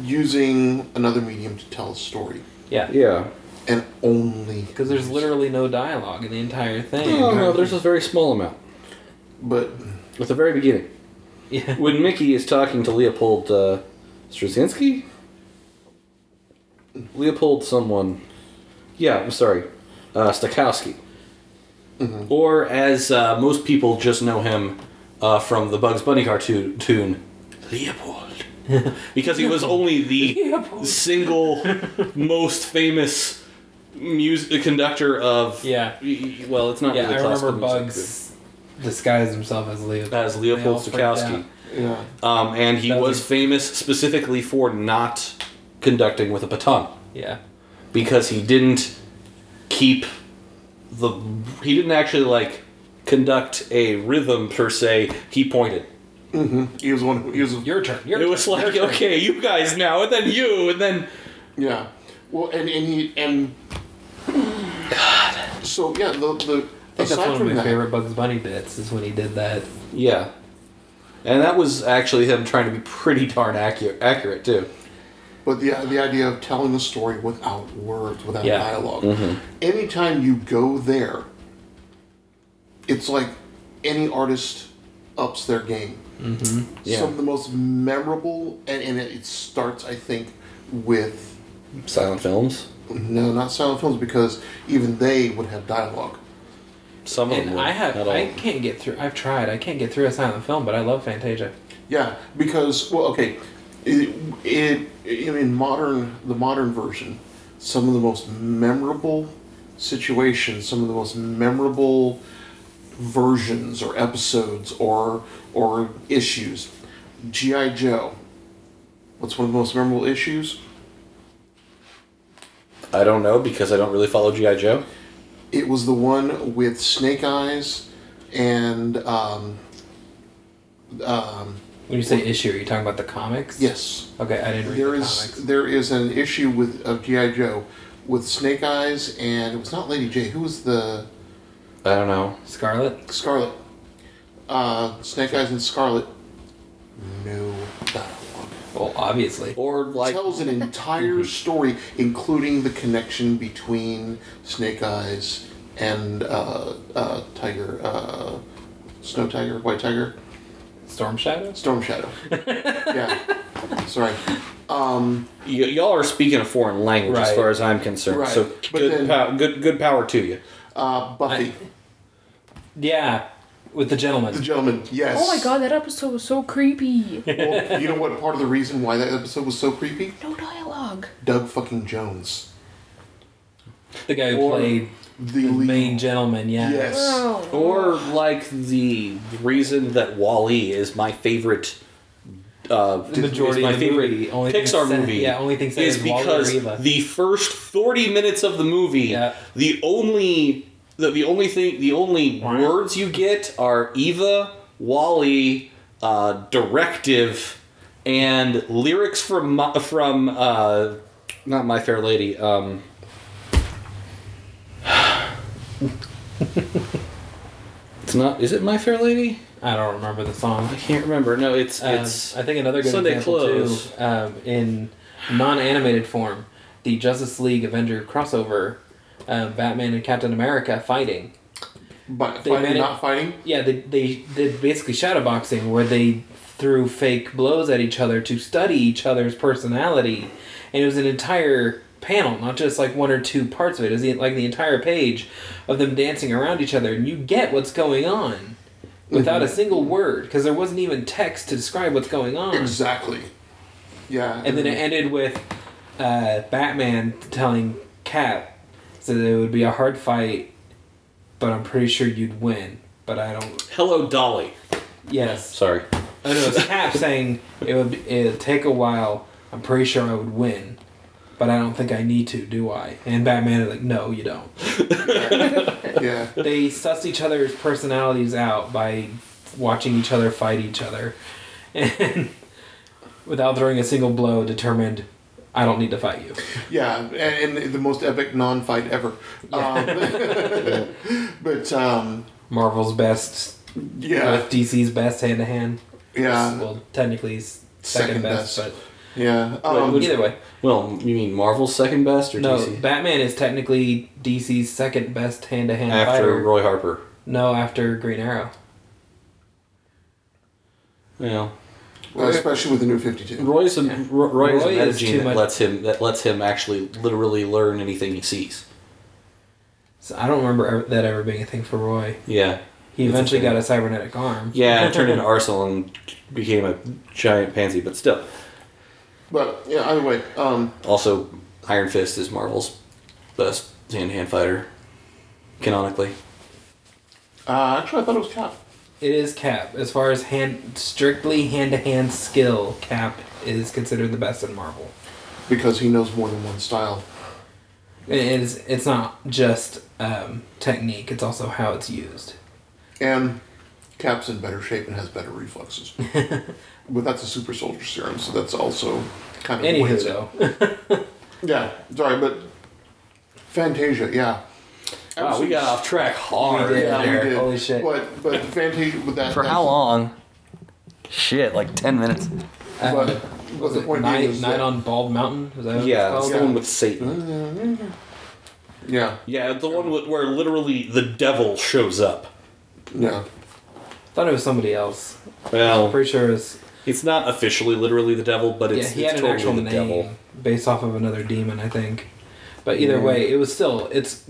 S2: using another medium to tell a story,
S3: yeah,
S1: yeah.
S2: and only
S3: because there's literally no dialogue in the entire thing.
S1: Oh, No, no, there's a very small amount
S2: but
S1: at the very beginning
S3: Yeah,
S1: when Mickey is talking to Leopold uh, Straczynski. Leopold, someone. Yeah, I'm sorry, uh, Stokowski.
S3: Mm-hmm.
S1: Or as uh, most people just know him uh, from the Bugs Bunny cartoon, tune, Leopold, because he was only the single most famous music conductor of
S3: yeah,
S1: well it's not
S3: yeah.
S1: really
S3: I
S1: classical
S3: remember
S1: music,
S3: Bugs disguised himself as Leo.
S1: but- as leopold
S3: They all freaked
S1: stokowski
S2: yeah,
S1: um, and he
S3: That
S1: was
S3: was-
S1: famous specifically for not conducting with a baton
S3: Yeah,
S1: because he didn't keep the he didn't actually like conduct a rhythm per se he pointed
S2: he was one. Who, he was a,
S3: your turn. Your
S1: it
S3: turn,
S1: was like
S3: your turn.
S1: okay you guys now and then you and then
S2: yeah. Well, and and he and God. So yeah, the the
S3: I think that's
S2: aside
S3: one
S2: from
S3: of
S2: that,
S3: my favorite Bugs Bunny bits is when he did that.
S1: yeah and that was actually him trying to be pretty darn accurate, accurate too
S2: But the the idea of telling a story without words, without
S3: Yeah. Mm-hmm.
S2: dialog Anytime you go there, it's like any artist ups their game.
S3: Mm-hmm.
S1: Yeah.
S2: Some of the most memorable, and, and it, it starts, I think, with
S1: silent films
S2: no, not silent films because even they would have dialogue. Oh,
S1: some of them
S3: And
S1: were,
S3: I have,
S1: not all
S3: I
S1: of them.
S3: can't get through. I've tried. I can't get through a silent film, but I love Fantasia.
S2: Yeah, because well, okay, it, it, in modern the modern version, some of the most memorable situations, some of the most memorable versions or episodes or or issues. GI Joe. What's one of the most memorable issues?
S1: I don't know because I don't really follow GI Joe.
S2: It was the one with Snake Eyes and um, um,
S3: When you say issue, are you talking about the comics?
S2: yes,
S3: Okay, I didn't read
S2: There
S3: the
S2: is
S3: comics.
S2: there is an issue with of GI Joe with Snake Eyes and it was not Lady J. Who was the
S1: I don't know.
S3: Scarlet.
S2: Scarlet? Uh, Snake Eyes and Scarlet. No dialogue.
S3: Well, obviously.
S1: Or like
S2: Tells an entire story, including the connection between Snake Eyes and uh, uh, Tiger, uh, Snow Tiger, White Tiger,
S3: Storm Shadows.
S2: Storm Shadow. yeah, sorry. Um,
S1: y- y'all are speaking a foreign language as
S3: Right.
S1: far as I'm concerned.
S2: Right.
S1: So
S2: But
S1: good,
S2: then-
S1: pow- good, good power to you.
S2: uh, Buffy,
S3: Yeah, with the gentleman.
S2: the gentleman. Yes.
S4: Oh my god, that episode was so creepy.
S2: well, you know what? Part of the reason why that episode was so creepy?
S4: No dialogue.
S2: Doug fucking Jones,
S3: the guy who
S1: Or
S3: played
S2: the,
S3: the
S2: lead.
S3: main gentleman. Yeah.
S2: Yes.
S4: Wow.
S1: Or like the reason that Wally is my favorite. Uh,
S3: The majority
S1: is my
S3: of the
S1: favorite
S3: movie, only thing
S1: Pixar
S3: said-
S1: movie.
S3: yeah, only thing said
S1: is
S3: is Wall-E or
S1: because
S3: Eva.
S1: the first forty minutes of the movie,
S3: Yeah.
S1: the only the, the only thing the only words you get are Eva, Wally, uh, directive, and lyrics from Mi- from uh, not My Fair Lady. Um, it's not. Is it My Fair Lady?
S3: I don't remember the song.
S1: I can't remember. No, it's
S3: Um,
S1: it's
S3: I think another good
S1: Sunday
S3: example
S1: Clothes.
S3: too, um, in non-animated form, the Justice League Avenger crossover, um, Batman and Captain America fighting.
S2: But
S3: They
S2: fighting,
S3: made it-
S2: not fighting.
S3: Yeah, they, they did basically shadow boxing where they threw fake blows at each other to study each other's personality, and it was an entire panel, not just like one or two parts of it. It's the, like the entire page of them dancing around each other, and you get what's going on without
S1: Mm-hmm.
S3: a single word because there wasn't even text to describe what's going on.
S2: Exactly. Yeah.
S3: And then it ended with uh, Batman telling Cap that it would be a hard fight, but I'm pretty sure you'd win. But I don't.
S1: Hello, Dolly.
S3: Yes.
S1: Sorry.
S3: I know it's Cap saying it would it'd take a while. I'm pretty sure I would win, but I don't think I need to, do I? And Batman is like, no, you don't.
S2: yeah.
S3: They sussed each other's personalities out by watching each other fight each other, and without throwing a single blow, determined, I don't need to fight you.
S2: Yeah, and, and the most epic non-fight ever. Um, but um,
S3: Marvel's best
S2: yeah,
S3: with DC's best hand to hand.
S2: yeah,
S3: Well, technically s- second,
S2: Second
S3: best,
S2: best. yeah.
S3: but
S2: Um,
S3: either way,
S1: Well, you mean Marvel's second best or
S3: no.
S1: DC?
S3: Batman is technically DC's second best hand to hand
S1: After
S3: fighter.
S1: Roy Harper.
S3: no, after Green Arrow.
S1: Well,
S2: uh, especially with the new Fifty Two.
S1: Roy's a, Roy, Roy is a
S3: Roy
S1: meta
S3: is
S1: gene
S3: too
S1: that
S3: much-
S1: lets him that lets him actually literally learn anything he sees.
S3: So I don't remember ever, that ever being a thing for Roy.
S1: Yeah,
S3: He
S1: It's a
S3: eventually
S1: thing.
S3: got a cybernetic arm.
S1: yeah, and turned into Arsenal and became a giant pansy. But still,
S2: But yeah, either way, um,
S1: also Iron Fist is Marvel's best hand-to-hand fighter, canonically.
S2: uh, actually, I thought it was Cap.
S3: It is Cap. As far as hand strictly hand to hand skill, Cap is considered the best in Marvel.
S2: because he knows more than one style.
S3: It is. It's not just um, technique. It's also how it's used.
S2: And Cap's in better shape and has better reflexes. but that's a super soldier serum, so that's also kind of
S3: Anywho,
S2: weighs it.
S3: though.
S2: Yeah, sorry, but Fantasia, yeah.
S1: Wow, Ah, we got off track hard
S3: We did.
S2: Yeah,
S1: there.
S2: we did.
S3: Holy shit.
S2: But but Fantasia with that
S1: For
S2: that-
S1: how long? Shit, like ten minutes.
S2: But, but
S3: Was
S2: the
S3: it
S2: point
S3: Night,
S2: being is
S3: Night
S2: that-
S3: on Bald Mountain? Was that what
S1: Oh, Yeah, Uh.
S3: it's
S1: it's
S3: called?
S1: the one with Satan.
S2: yeah
S1: Yeah, the one with, where literally the devil shows up.
S2: yeah
S3: I thought it was somebody else. I'm
S1: Well,
S3: pretty sure it was.
S1: it's not officially literally the devil, but
S3: Yeah,
S1: it's,
S3: he
S1: it's
S3: had an
S1: totally
S3: actual
S1: the
S3: name
S1: devil.
S3: based off of another demon, I think. But either way, it was still it's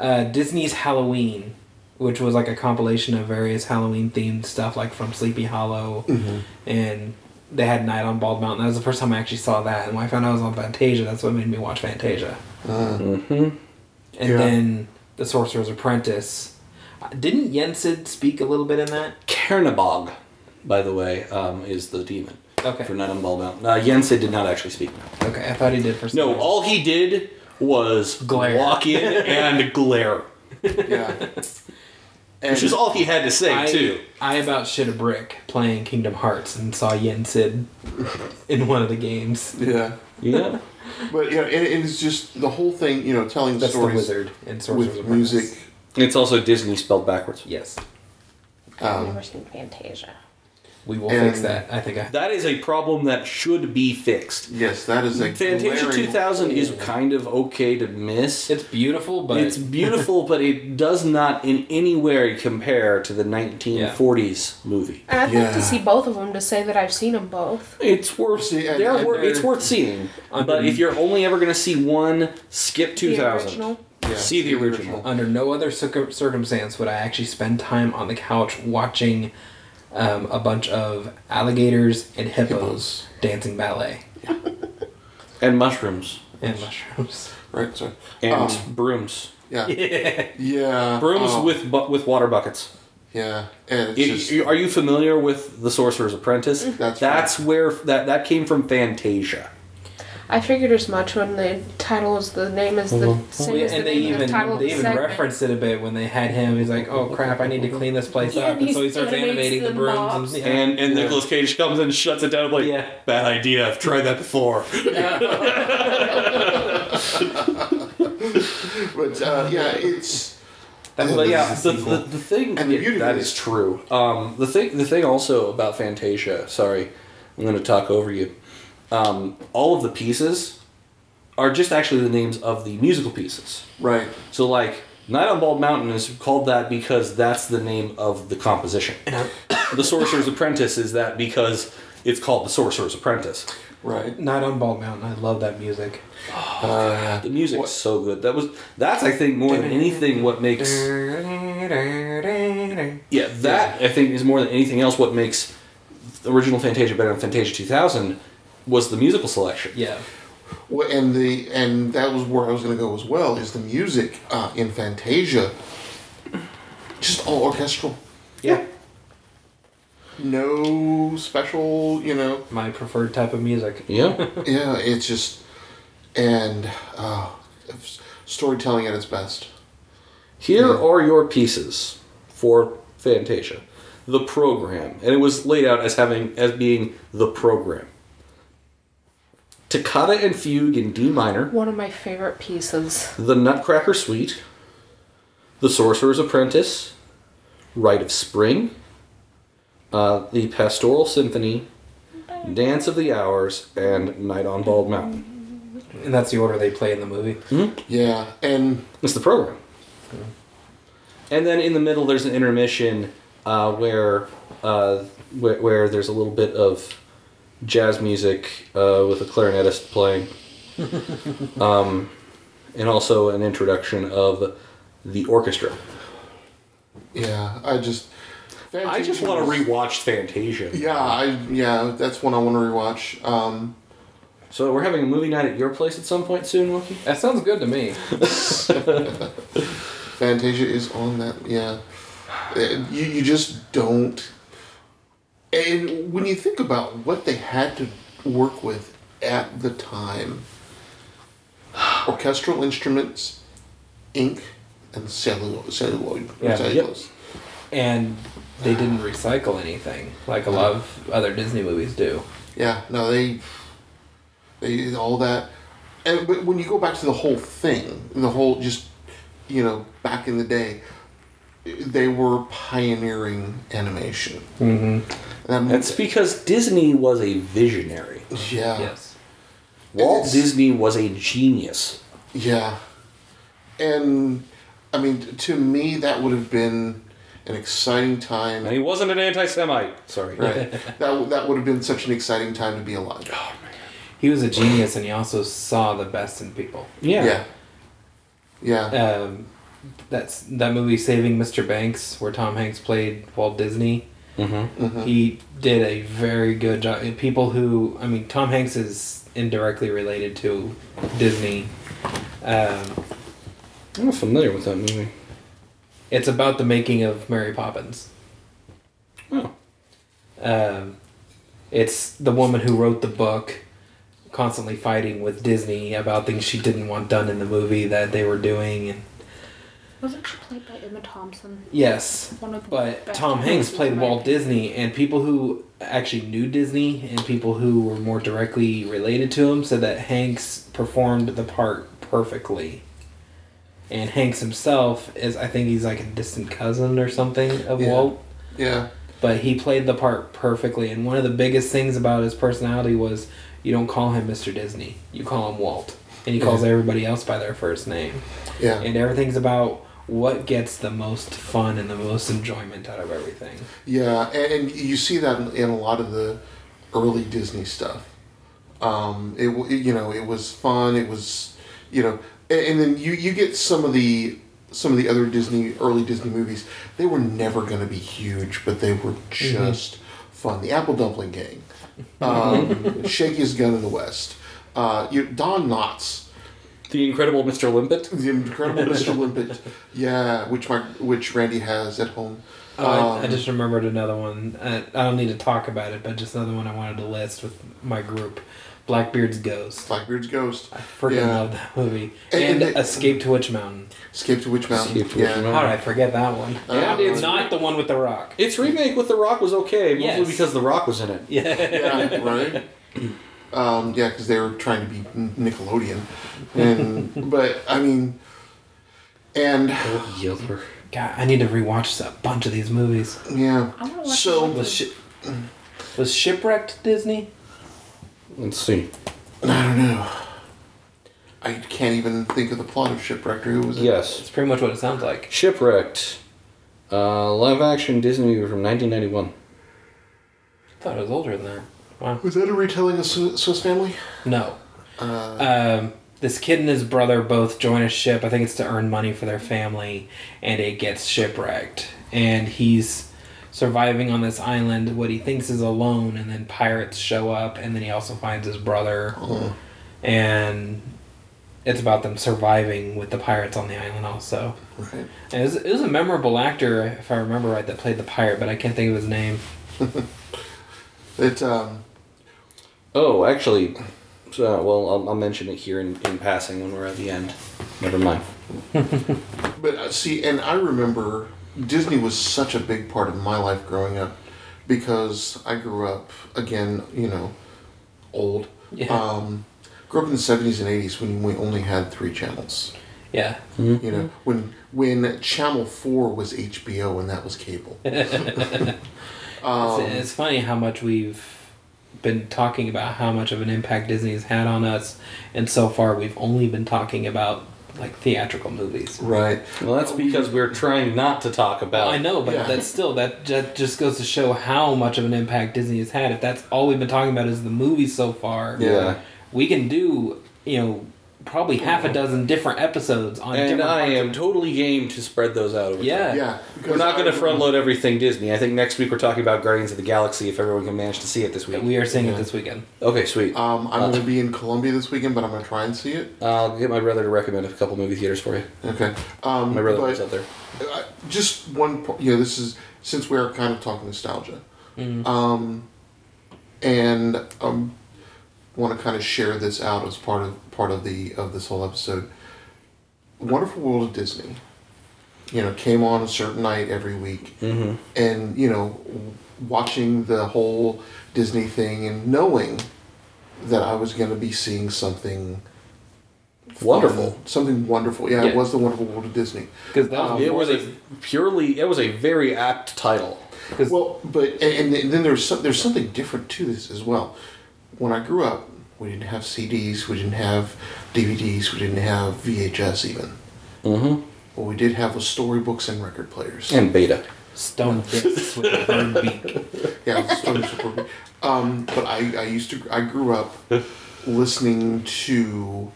S3: uh, Disney's Halloween, which was like a compilation of various Halloween themed stuff, like from Sleepy Hollow,
S1: Mm-hmm.
S3: and they had Night on Bald Mountain. That was the first time I actually saw that, and when I found out it was on Fantasia, that's what made me watch Fantasia.
S1: Ah.
S3: And
S2: Yeah.
S3: then The Sorcerer's Apprentice. Didn't Yensid speak a little bit in that?
S1: Carnabog, by the way, um, is the demon.
S3: Okay.
S1: For Night on Ball Mountain. Uh, Yensid did not actually speak.
S3: Okay, I thought he did for some
S1: No,
S3: reason.
S1: all he did was
S3: Glare.
S1: walk in and glare.
S2: yeah. And
S1: Which is all he had to say,
S3: I,
S1: too.
S3: I about shit a brick playing Kingdom Hearts and saw Yen Sid in one of the games.
S2: yeah,
S1: Yeah.
S2: but yeah, it, it is just the whole thing. You know, telling
S3: That's the
S2: stories
S3: wizard in Sorcerer's
S2: with
S3: Apprentice.
S2: music.
S1: it's also Disney spelled backwards.
S3: Yes, um,
S6: I've never seen Fantasia.
S3: we will
S2: And-
S3: fix that. I think I.
S1: That is a problem that should be fixed.
S2: Yes, that is a
S1: Fantasia
S2: glaring-
S1: 2000 is kind of okay to miss.
S3: It's beautiful, but
S1: it's beautiful, but it does not in any way compare to the 1940s movie.
S4: And I'd like
S2: Yeah.
S4: to see both of them to say that I've seen them both.
S1: It's worth
S2: See, and-
S1: they're
S2: and
S1: wor-
S2: they're-
S1: it's worth seeing. But
S3: Underneath-
S1: if you're only ever going to see one, skip 2000.
S4: original.
S2: Yeah,
S1: see the original.
S3: under no other circum- circumstance would I actually spend time on the couch watching um, a bunch of alligators and hippos, dancing ballet
S1: And mushrooms.
S3: and mushrooms.
S2: Right. Sorry.
S1: And
S2: Um,
S1: brooms.
S2: yeah. Yeah.
S1: Brooms
S2: um,
S1: with bu- with water buckets.
S2: Yeah. And it's
S1: It-
S2: just,
S1: you- are you familiar with The Sorcerer's Apprentice?
S2: That's
S1: where that that came from Fantasia.
S4: I figured as much when the title is the name is the same
S3: Well, yeah,
S4: as the
S3: and they
S4: name of
S3: even
S4: the title of
S3: they
S4: the
S3: even
S4: segment.
S3: referenced it a bit when they had him. He's like, "Oh crap, I need to clean this place
S4: Yeah,
S3: up," and
S4: he
S3: so he starts
S4: animates
S3: animating the
S4: the
S3: brooms.
S4: mobs.
S3: And, yeah.
S1: And and Nicolas Cage comes and shuts it down. Like,
S3: Yeah.
S1: bad idea. I've tried that before.
S2: But uh, yeah, it's
S3: That
S2: Yeah,
S3: was
S2: this
S3: yeah,
S1: the, the, the thing
S2: And the beauty
S1: that
S2: of it
S1: is
S2: is-
S1: true. Um, the thing the thing also about Fantasia. Sorry, I'm going to talk over you. Um, all of the pieces are just actually the names of the musical pieces.
S2: right.
S1: So like Night on Bald Mountain is called that because that's the name of the composition. the Sorcerer's Apprentice is that because it's called the Sorcerer's Apprentice.
S2: Right.
S3: Night on Bald Mountain. I love that music.
S2: Uh,
S1: The music's
S2: What-
S1: so good. That was that's I think more than anything what makes yeah that I think is more than anything else what makes the original Fantasia better than Fantasia 2000 was the musical selection.
S3: Yeah.
S2: Well, and the and that was where I was going to go as well. Is the music uh, in Fantasia just all orchestral?
S3: Yeah.
S2: No special, you know.
S3: My preferred type of music.
S1: Yeah.
S2: Yeah, it's just and uh, s- storytelling at its best.
S1: Here are your pieces for Fantasia. The program. And it was laid out as having as being the program. Toccata and Fugue in D minor.
S4: One of my favorite pieces.
S1: The Nutcracker Suite, The Sorcerer's Apprentice, Rite of Spring, uh, The Pastoral Symphony, Dance of the Hours, and Night on Bald Mountain.
S3: And that's the order they play in the movie.
S2: Yeah, and
S1: It's the program. And then in the middle, there's an intermission uh, where, uh, where where there's a little bit of jazz music uh, with a clarinetist playing, um, and also an introduction of the orchestra.
S2: yeah, I just.
S1: I just
S2: Fantasia
S1: want to
S2: was-
S1: rewatch Fantasia.
S2: Yeah, I yeah, that's one I want to rewatch. Um,
S1: So we're having a movie night at your place at some point soon, Wookie.
S3: That sounds good to me.
S2: Fantasia is on that. Yeah, Uh, you you just don't. And when you think about what they had to work with at the time, orchestral instruments, ink, and cellulo- celluloid.
S3: Yeah,
S2: cellulose.
S3: And they didn't recycle anything like a lot of other Disney movies do.
S2: Yeah, no, they, they all that, and but when you go back to the whole thing, the whole just, you know, back in the day, they were pioneering animation.
S3: Mm-hmm.
S2: And
S1: That's because Disney was a visionary.
S2: yeah,
S3: Uh, Yes.
S1: Walt
S2: It's-
S1: Disney was a genius.
S2: yeah, and I mean, to me, that would have been an exciting time.
S1: And he wasn't an anti Semite. Sorry.
S2: Right, that that would have been such an exciting time to be alive.
S3: He was a genius, and he also saw the best in people.
S1: Yeah.
S2: yeah, yeah.
S3: Um, that's that movie Saving Mr. Banks, where Tom Hanks played Walt Disney.
S1: Mm-hmm.
S3: He did a very good job. And People who, I mean, Tom Hanks is indirectly related to Disney. Um,
S1: I'm not familiar with that movie.
S3: it's about the making of Mary Poppins.
S1: Oh.
S3: Um, it's the woman who wrote the book constantly fighting with Disney about things she didn't want done in the movie that they were doing. And
S7: Wasn't she played by Emma Thompson?
S3: yes,
S7: One of the
S3: But
S7: best
S3: Tom Hanks
S7: actresses
S3: played
S7: in
S3: Walt
S7: America.
S3: Disney, and people who actually knew Disney and people who were more directly related to him said that Hanks performed the part perfectly. And Hanks himself is, I think he's like a distant cousin or something of
S2: Yeah.
S3: Walt,
S2: Yeah,
S3: but he played the part perfectly. And one of the biggest things about his personality was you don't call him Mr. Disney, you call him Walt. And he calls everybody else by their first name.
S2: yeah,
S3: And everything's about what gets the most fun and the most enjoyment out of everything.
S2: yeah, and, and you see that in, in a lot of the early Disney stuff. Um, it, w- you know it was fun. It was you know, and, and then you you get some of the some of the other Disney early Disney movies. They were never going to be huge, but they
S3: Mm-hmm.
S2: were just fun. The Apple Dumpling Gang, um, Shakiest Gun in the West, uh, you, Don Knotts.
S1: The Incredible Mr. Limpet.
S2: The Incredible Mr. Limpet, yeah, which my which Randy has at home.
S3: Oh, I- I
S2: Um,
S3: just remembered another one. I, I don't need to talk about it, but just another one I wanted to list with my group. Blackbeard's Ghost.
S2: Blackbeard's Ghost.
S3: I freaking
S2: Yeah.
S3: love that movie.
S2: And- and
S3: And,
S2: it-
S3: Escape to Witch Mountain.
S2: Escape to Witch Mountain.
S1: Escape to Witch
S2: yeah.
S1: Mountain.
S3: How did I forget that one?
S2: Uh, Yeah,
S1: it's-
S3: not the one with the rock.
S1: Its remake with The Rock was okay, mostly
S3: Yes.
S1: because The Rock was in it.
S3: Yeah.
S2: Yeah, right. Um, yeah, because they were trying to be Nickelodeon, and but I mean, and
S1: Yeller.
S3: God, I need to rewatch a bunch of these movies.
S2: yeah.
S7: I wanna watch
S2: So
S3: Was shi- was shipwrecked Disney?
S1: Let's see.
S2: I don't know. I can't even think of the plot of Shipwrecker. Who was it?
S1: Yes.
S3: That's pretty much what it sounds like.
S1: Shipwrecked. Uh, live action Disney movie from 1991.
S3: I thought it was older than that.
S2: Was that a retelling of Swi- Swiss Family?
S3: No. um, this kid and his brother both join a ship. I think it's to earn money for their family, and it gets shipwrecked. And he's surviving on this island, what he thinks is alone, and then pirates show up, and then he also finds his brother. And it's about them surviving with the pirates on the island, also.
S2: Right.
S3: And it, was, it was a memorable actor, if I remember right, that played the pirate, but I can't think of his name.
S2: It, um,
S1: Oh, actually, so, well, I'll, I'll mention it here in, in passing when we're at the end. Never mind.
S2: but uh, see, and I remember Disney was such a big part of my life growing up because I grew up, again, you know, old.
S3: Yeah.
S2: Um, grew up in the 70s and 80s when we only had three channels.
S3: Yeah.
S2: You
S1: Mm-hmm.
S2: know, when when Channel 4 was HBO and that was cable.
S1: Um,
S3: it's, it's funny how much we've been talking about how much of an impact Disney's had on us, and so far we've only been talking about like theatrical movies.
S2: Right.
S1: Well, that's because we're trying not to talk about.
S3: I know, but
S2: Yeah.
S3: that's still that, that just goes to show how much of an impact Disney has had. If that's all we've been talking about is the movies so far,
S1: Yeah. Mm-hmm.
S3: we can do you know probably half a dozen different episodes on
S1: And
S3: different.
S1: I am totally game to spread those out. Over time.
S3: yeah.
S2: Yeah.
S1: We're
S2: because
S1: not going
S2: I-
S1: to front load everything Disney. I think next week we're talking about Guardians of the Galaxy if everyone can manage to see it this week.
S3: We are seeing it this weekend.
S1: Okay, sweet.
S2: Um, I'm going to be in Colombia this weekend, but I'm going to try and see it.
S1: I'll get my brother to recommend a couple movie theaters for you.
S2: Okay. Um,
S1: My brother
S2: but-
S1: lives out there.
S2: Uh, just one po you know this is since we are kind of talking nostalgia um, and um, want to kind of share this out as part of part of the of this whole episode wonderful world of disney you know came on a certain night every week and you know watching the whole disney thing and knowing that i was going to be seeing something
S1: Wonderful.
S2: something wonderful yeah,
S3: Yeah.
S2: it was the wonderful world of disney
S3: Because that was
S1: Um, it
S3: before
S1: was
S3: they-
S1: a purely. It was a very apt title.
S2: Well, but and, and then there's some, there's something different to this as well. When I grew up, we didn't have CDs, we didn't have DVDs, we didn't have VHS even.
S1: Mm-hmm.
S2: What we did have was storybooks and record players.
S1: And Beta.
S3: stone fists with a bird beak.
S2: Yeah, the stories were perfect. Um, but I, I used to I grew up listening to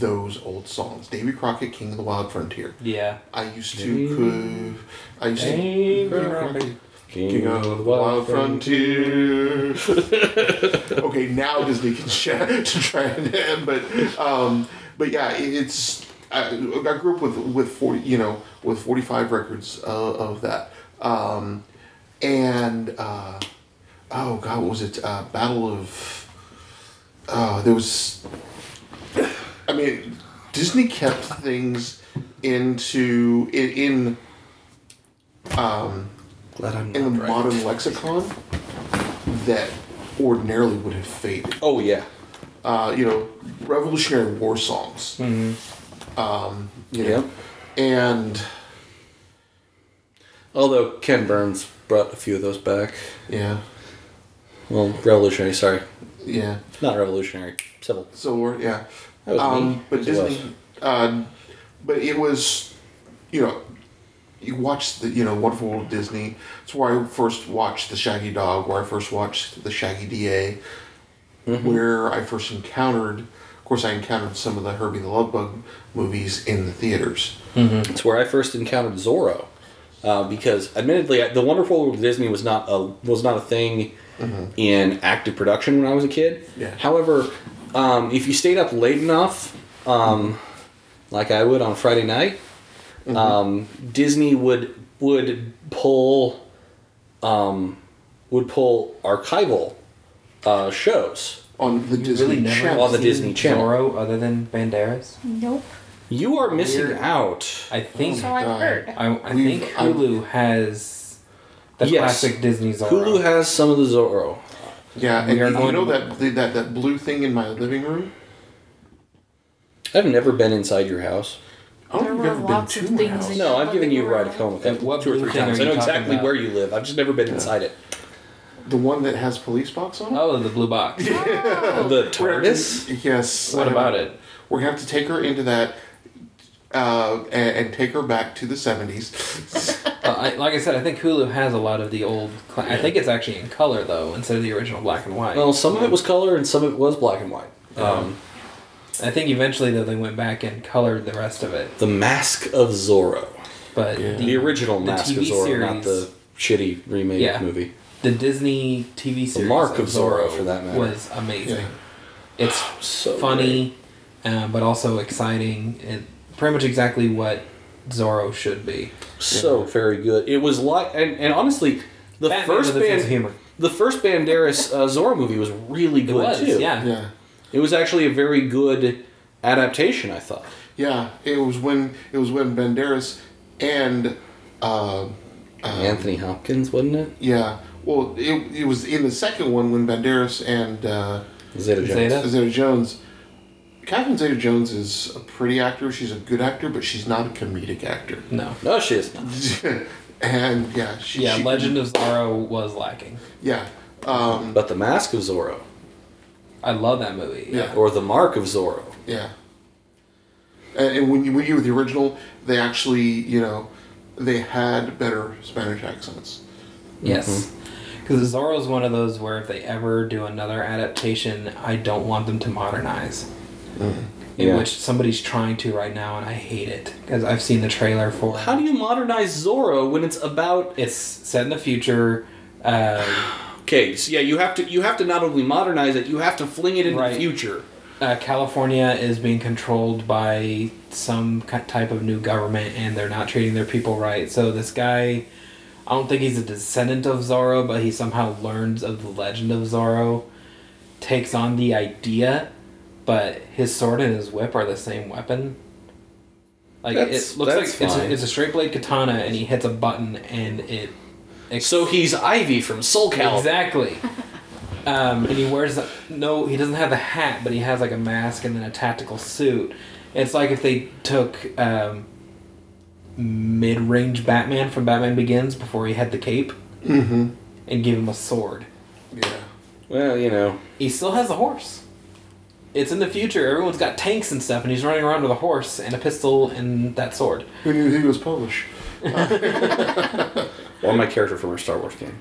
S2: those old songs. Davy Crockett, King of the Wild Frontier.
S3: Yeah.
S2: I used to could I used
S3: Davy
S2: to
S3: Crockett.
S2: King of the Wild Frontier. okay, now Disney can share to try and but um, but yeah, it- it's I, I grew up with with forty you know with forty five records uh, of that, um, and uh, oh god, what was it? Uh, Battle of uh, there was. I mean, Disney kept things into in. in um,
S1: Glad I'm
S2: in the
S1: not right.
S2: modern lexicon that ordinarily would have faded.
S1: Oh yeah.
S2: Uh, you know, Revolutionary War songs.
S1: Hmm.
S2: Um, you know,
S1: Yep.
S2: and
S1: Although Ken Burns brought a few of those back.
S2: yeah,
S1: Well, revolutionary. Sorry,
S2: yeah.
S1: not revolutionary. Civil.
S2: So we're yeah.
S1: That was
S2: um,
S1: me.
S2: But
S1: Yes, it was.
S2: Disney, uh, but it was, you know, you watch the you know Wonderful World of Disney. It's where I first watched the Shaggy Dog. Where I first watched the Shaggy DA.
S1: Mm-hmm.
S2: Where I first encountered, of course, I encountered some of the Herbie the Love Bug movies in the theaters.
S1: It's where I first encountered Zorro, uh, because admittedly, I- the Wonderful World of Disney was not a was not a thing in active production when I was a kid.
S2: Mm-hmm. Yeah.
S1: However, um, if you stayed up late enough, um, like I would on Friday night,
S2: Mm-hmm.
S1: um, Disney would would pull um, would pull archival uh, shows.
S2: On the Disney
S8: really never
S2: Channel.
S1: on the Disney Channel.
S8: Zorro other than Banderas?
S4: Nope.
S1: You are missing
S2: Weird.
S1: out.
S3: I think.
S4: So I've
S2: God.
S4: heard.
S3: Oh I, I
S2: We've-
S3: think Hulu has the
S1: Yes.
S3: classic Disney Zorro.
S1: Hulu has some of the Zorro.
S2: yeah, and
S3: We are
S2: you, you
S3: going
S2: know
S3: to-
S2: that that that blue thing in my living room.
S1: I've never been inside your house.
S2: I don't
S9: There
S2: think
S9: were
S2: I've ever been
S9: lots
S2: to
S9: of
S2: my
S9: things
S2: house.
S9: in-
S1: No, I've given you a
S9: Where
S1: ride
S9: am
S1: home a
S3: At
S1: couple,
S3: what
S1: two or
S3: blue
S1: three
S3: thing
S1: times.
S3: are
S1: I know
S3: you talking
S1: exactly
S3: about?
S1: where you live. I've just never been inside it.
S2: The one that has police box on it.
S3: Oh, the blue box.
S1: The TARDIS?
S2: Yes.
S3: what
S2: I-
S3: about it?
S2: We're gonna have to take her into that uh, and, and take her back to the seventies.
S3: But I, like I said, I think Hulu has a lot of the old. Cla- I think it's actually in color though, instead of the original black and white.
S1: Well, some of it was color and some of it was black and white. Um,
S3: I think eventually though they went back and colored the rest of it.
S1: the Mask of Zorro,
S3: But
S1: the,
S3: the,
S1: original
S3: the
S1: Mask of
S3: TV
S1: Zorro, not
S3: series-
S1: the shitty remake
S3: Yeah.
S1: movie.
S3: the Disney TV series,
S1: Mark of Zorro, for that matter.
S3: was amazing.
S2: Yeah.
S3: It's
S1: So
S3: funny, um, but also exciting, and pretty much exactly what Zorro should be.
S1: So very good. It was like, and, and honestly, the
S3: Batman
S1: first
S3: with a
S1: band,
S3: sense of humor.
S1: the first Banderas uh, Zorro movie was really
S3: It
S1: good
S3: was,
S1: too.
S3: yeah.
S2: Yeah.
S1: it was actually a very good adaptation. I thought.
S2: Yeah, it was when it was when Banderas and uh,
S1: Anthony Hopkins, wasn't it?
S2: yeah, well, it, it was in the second one when Banderas and uh,
S1: Zeta Jones.
S3: Zeta?
S2: Zeta Jones. Catherine Zeta Jones is a pretty actor. She's a good actor, but she's not a comedic actor.
S3: No.
S1: No, she is not.
S2: and yeah, she,
S3: Yeah,
S2: she-
S3: Legend of Zorro was lacking.
S2: Yeah, um,
S1: But the Mask of Zorro,
S3: I love that movie.
S2: Yeah.
S1: or the Mark of Zorro.
S2: yeah. And, and when you when you were the original, they actually you know they had better Spanish accents.
S1: Mm-hmm.
S3: Yes. Because Zorro's one of those where if they ever do another adaptation, I don't want them to modernize. In
S1: Mm-hmm. Yeah.
S3: which somebody's trying to right now, and I hate it because I've seen the trailer for.
S1: How do you modernize Zorro when it's about
S3: It's set in the future. Uh,
S1: Okay, so yeah, you have to you have to not only modernize it, you have to fling it into
S3: Right.
S1: the future.
S3: uh, California is being controlled by some ki- type of new government, and they're not treating their people right. So this guy, I don't think he's a descendant of Zorro, but he somehow learns of the legend of Zorro, takes on the idea, but his sword and his whip are the same weapon. Like
S1: That's-
S3: it looks like
S1: that's
S3: it's a,
S1: fine.
S3: it's a straight blade katana, and he hits a button, and it. ex-
S1: So he's Ivy from Soul Calibur.
S3: Exactly. Um, and he wears no, he doesn't have the hat, but he has like a mask and then a tactical suit. It's like if they took um, mid-range Batman from Batman Begins before he had the cape
S2: Mm-hmm.
S3: and gave him a sword.
S2: Yeah.
S1: Well, you know,
S3: He still has a horse. It's in the future. Everyone's got tanks and stuff, and he's running around with a horse and a pistol and that sword.
S2: Who knew he was Polish?
S1: or my character from our Star Wars game.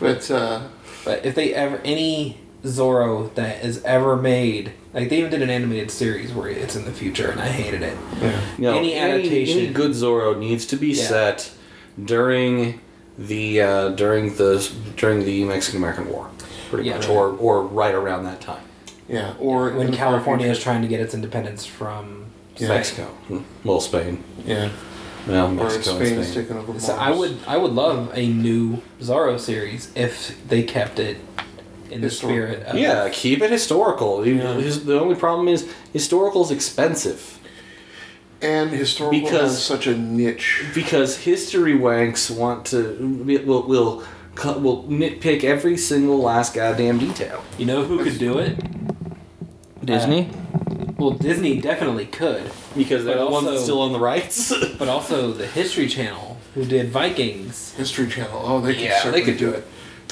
S2: But uh,
S3: But if they ever any Zorro that is ever made, like they even did an animated series where it's in the future, and I hated it.
S1: No,
S3: Any adaptation-
S1: any good Zorro needs to be
S3: Yeah.
S1: set during the uh, during the during the Mexican American War, pretty
S3: Yeah.
S1: much, or or right around that time.
S2: yeah, or in
S3: when
S2: the
S3: California is trying to get its independence from
S2: Yeah.
S3: Mexico.
S1: Mexico, Hmm. well, Spain,
S2: yeah,
S1: well,
S2: or
S1: Mexico,
S2: Spain,
S1: and Spain.
S2: is taking over.
S3: So I
S2: Mars.
S3: would I would love a new Zorro series if they kept it in the
S2: Historical.
S3: spirit of
S1: Yeah, keep it historical. You-
S2: Yeah.
S1: his- The only problem is historical is expensive.
S2: and historical
S1: Because-
S2: has such a niche.
S1: because history wanks want to will will cu- will nitpick every single last goddamn detail. Uh,
S3: You know who could do it? Disney? Well, Disney definitely could,
S1: because they're
S3: But
S1: the ones
S3: also-
S1: that's still on the rights.
S3: but also the History Channel who did Vikings.
S2: History Channel. Oh, they could
S1: Yeah, they
S2: certainly
S1: could do it.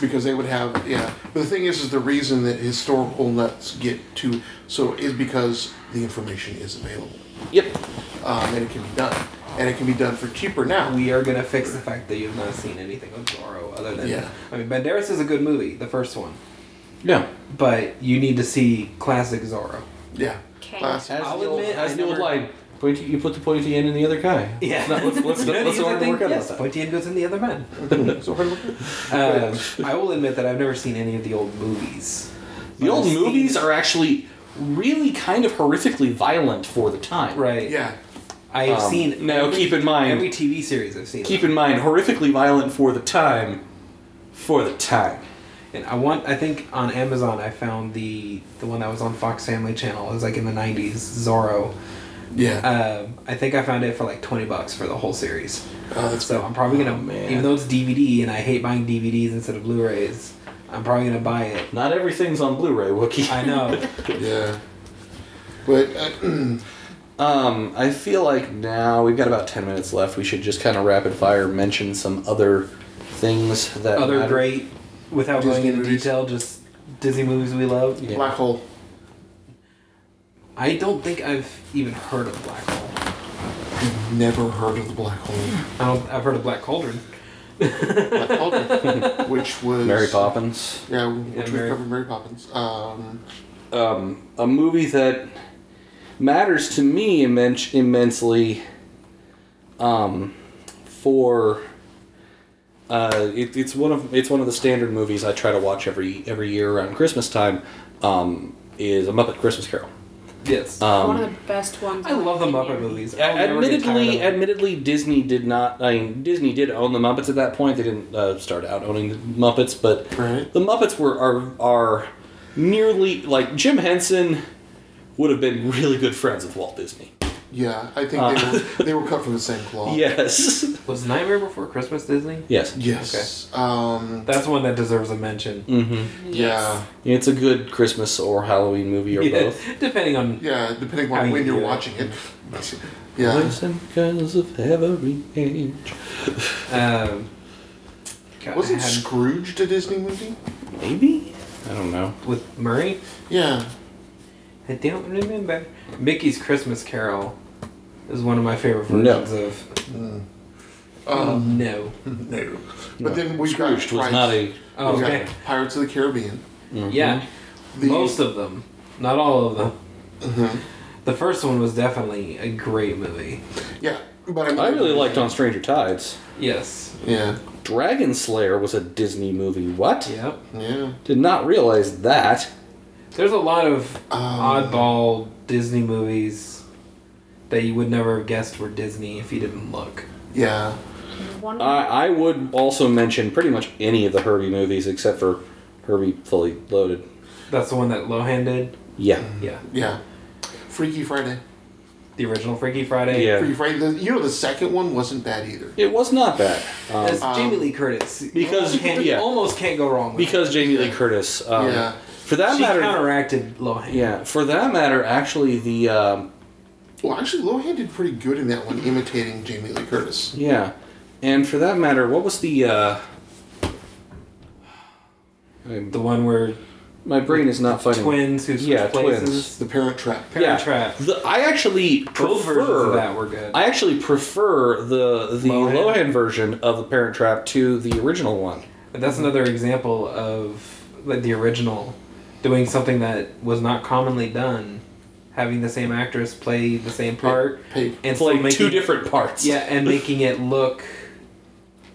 S2: because they would have yeah. But the thing is, is the reason that historical nuts get to so is because the information is available
S1: yep.
S2: um, and it can be done and it can be done for cheaper now.
S3: We are gonna fix the fact that you have not seen anything of Zorro other than
S2: Yeah.
S3: I mean Banderas is a good movie, the first one.
S1: Yeah.
S3: But you need to see classic Zorro.
S2: Yeah.
S10: Okay.
S2: Class-
S1: As
S3: I'll
S1: the old,
S3: admit,
S1: as
S3: I
S1: the old
S3: never-
S1: line. Pointy, you put the pointy end in the other guy.
S3: Yeah.
S1: No, let's- let's- let's
S3: No, the
S1: not
S3: other
S1: work
S3: thing,
S1: out
S3: yes,
S1: about that.
S3: Pointy end goes in the other man.
S2: so hard to look at.
S3: Um, I will admit that I've never seen any of the old movies.
S1: The old movies are actually really kind of horrifically violent for the time.
S3: Right.
S2: Yeah.
S3: I have
S1: Um,
S3: seen.
S1: now,
S3: every-
S1: keep in mind-
S3: Every TV series I've seen.
S1: Keep in mind, horrifically violent for the time. For the time.
S3: And I want. I think on Amazon I found the the one that was on Fox Family Channel. It was like in the '90s. Zorro.
S2: Yeah.
S3: Um, I think I found it for like 20 bucks for the whole series.
S2: Oh, that's
S3: So I'm probably gonna,
S1: Oh, man.
S3: even though it's DVD and I hate buying DVDs instead of Blu-rays, I'm probably gonna buy it.
S1: Not everything's on Blu-ray, Wookie.
S3: I know.
S2: yeah. But uh,
S1: Um, I feel like now we've got about ten minutes left. We should just kind of rapid fire mention some other things that
S3: Other
S1: matter.
S3: great, without
S2: Disney
S3: going into
S2: movies.
S3: detail, just Disney movies we love.
S1: Yeah.
S2: black hole.
S3: I don't think I've even heard of Black Hole.
S2: never heard of the Black Hole.
S3: I don't, I've heard of Black Cauldron.
S2: Black Hole, which was
S1: Mary Poppins.
S2: Yeah, which
S3: Mary-
S2: we covered Mary Poppins. Um,
S1: Um, a movie that matters to me immen- immensely um, for. Uh, it, it's one of it's one of the standard movies I try to watch every every year around Christmas time. Um, is a Muppet Christmas Carol.
S3: Yes.
S1: Um,
S11: One of the best ones.
S3: I love the Muppet movies. I'll never get tired of
S1: admittedly,
S3: them.
S1: admittedly, Disney did not. I mean, Disney did own the Muppets at that point. They didn't uh, start out owning the Muppets, but
S2: Right.
S1: the Muppets were are are nearly like Jim Henson would have been really good friends with Walt Disney.
S2: yeah, I think they, were, they were cut from the same cloth.
S1: Yes,
S3: was Nightmare Before Christmas Disney?
S1: yes,
S2: Yes. Um,
S3: That's one that deserves a mention.
S1: hmm
S2: yeah.
S1: It's a good Christmas or Halloween movie or
S3: Yeah,
S1: both.
S3: Depending on
S2: Yeah, depending
S3: How
S2: on
S3: you
S2: when
S3: do
S2: you're
S3: it.
S2: watching it. Yeah.
S1: Listen, 'cause of every age.
S3: um, God,
S2: Wasn't
S3: I had-
S2: Scrooge a Disney movie?
S1: Maybe I don't know.
S3: with Murray.
S2: Yeah.
S3: I don't remember. Mickey's Christmas Carol is one of my favorite
S1: No.
S3: versions of.
S2: Mm.
S3: Oh,
S2: Um,
S3: no.
S2: no.
S1: No.
S2: But then we got
S1: Scrooged was
S2: Pirates-
S1: not a.
S3: Oh,
S2: we got
S3: okay.
S2: Pirates of the Caribbean.
S1: Mm-hmm.
S3: Yeah.
S2: The-
S3: Most of them, not all of them.
S2: Mhm.
S3: The first one was definitely a great movie.
S2: Yeah, but I, mean,
S1: I really liked on Stranger Tides.
S3: Yes.
S2: Yeah,
S1: Dragon Slayer was a Disney movie. What?
S3: Yep.
S2: yeah.
S1: Did not realize that.
S3: There's a lot of
S2: Um,
S3: oddball Disney movies that you would never have guessed were Disney if you didn't look.
S2: Yeah.
S11: One
S1: I, I would also mention pretty much any of the Herbie movies except for Herbie Fully Loaded.
S3: That's the one that Lohan did.
S1: Yeah.
S3: Yeah.
S2: Yeah. Freaky Friday.
S3: The original Freaky Friday.
S1: Yeah.
S2: Freaky Friday. The, you know, the second one wasn't bad either.
S1: It was not bad. Um,
S3: That's Jamie Lee Curtis.
S1: because-
S3: almost can't,
S1: yeah.
S3: almost can't go wrong with
S1: because Jamie Lee Curtis. Um,
S2: Yeah.
S1: For that
S3: she
S1: matter.
S3: counteracted Lohan.
S1: yeah. For that matter, actually, the. Um,
S2: Well, actually, Lohan did pretty good in that one, imitating Jamie Lee Curtis.
S1: yeah. And for that matter, what was the. Uh, I-
S3: The one where
S1: my brain is not fighting.
S3: twins who switch
S1: Yeah,
S3: places.
S1: twins.
S2: The Parent Trap.
S3: Parent
S1: Yeah.
S3: Trap.
S1: The, I actually
S3: Both
S1: prefer
S3: versions of that were good.
S1: I actually prefer the the
S3: Lohan.
S1: Lohan. version of the Parent Trap to the original one.
S3: And that's another example of like the original doing something that was not commonly done, having the same actress play the same part
S2: Paid.
S3: and
S1: It's like
S3: still making,
S1: two different parts.
S3: Yeah, and making it look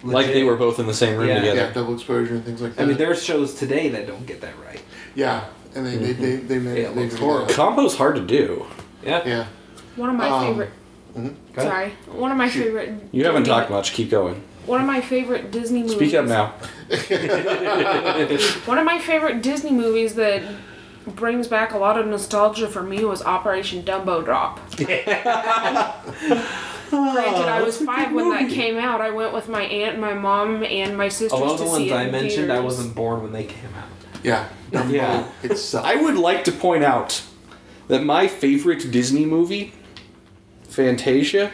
S1: like they
S3: legit.
S1: were both in the same room
S3: Yeah.
S1: together.
S2: Yeah, double exposure and things like that.
S3: I mean, there are shows today that don't get that right.
S2: yeah, and they, they, they, they made
S3: Yeah, it
S2: they
S3: looks
S2: made
S3: horrible.
S2: that.
S1: Combo's hard to do.
S3: Yeah.
S2: Yeah.
S4: One of my
S2: Um,
S4: favorite.
S3: mm-hmm. Go ahead.
S4: Sorry, one of my favorite.
S1: You haven't
S4: Disney-
S1: talked much. Keep going.
S4: One of my favorite Disney movies.
S1: Speak up now.
S4: One of my favorite Disney movies that brings back a lot of nostalgia for me was Operation Dumbo Drop.
S3: Oh,
S4: Granted, I was five when that came out. I went with my aunt, my mom, and my
S3: A
S4: sisters
S3: lot of the
S4: to
S3: ones
S4: see it
S3: I
S4: in
S3: mentioned, I
S4: theaters.
S3: wasn't born when they came out.
S2: Yeah. Dumbo.
S1: Yeah.
S2: It sucked.
S1: I would like to point out that my favorite Disney movie, Fantasia,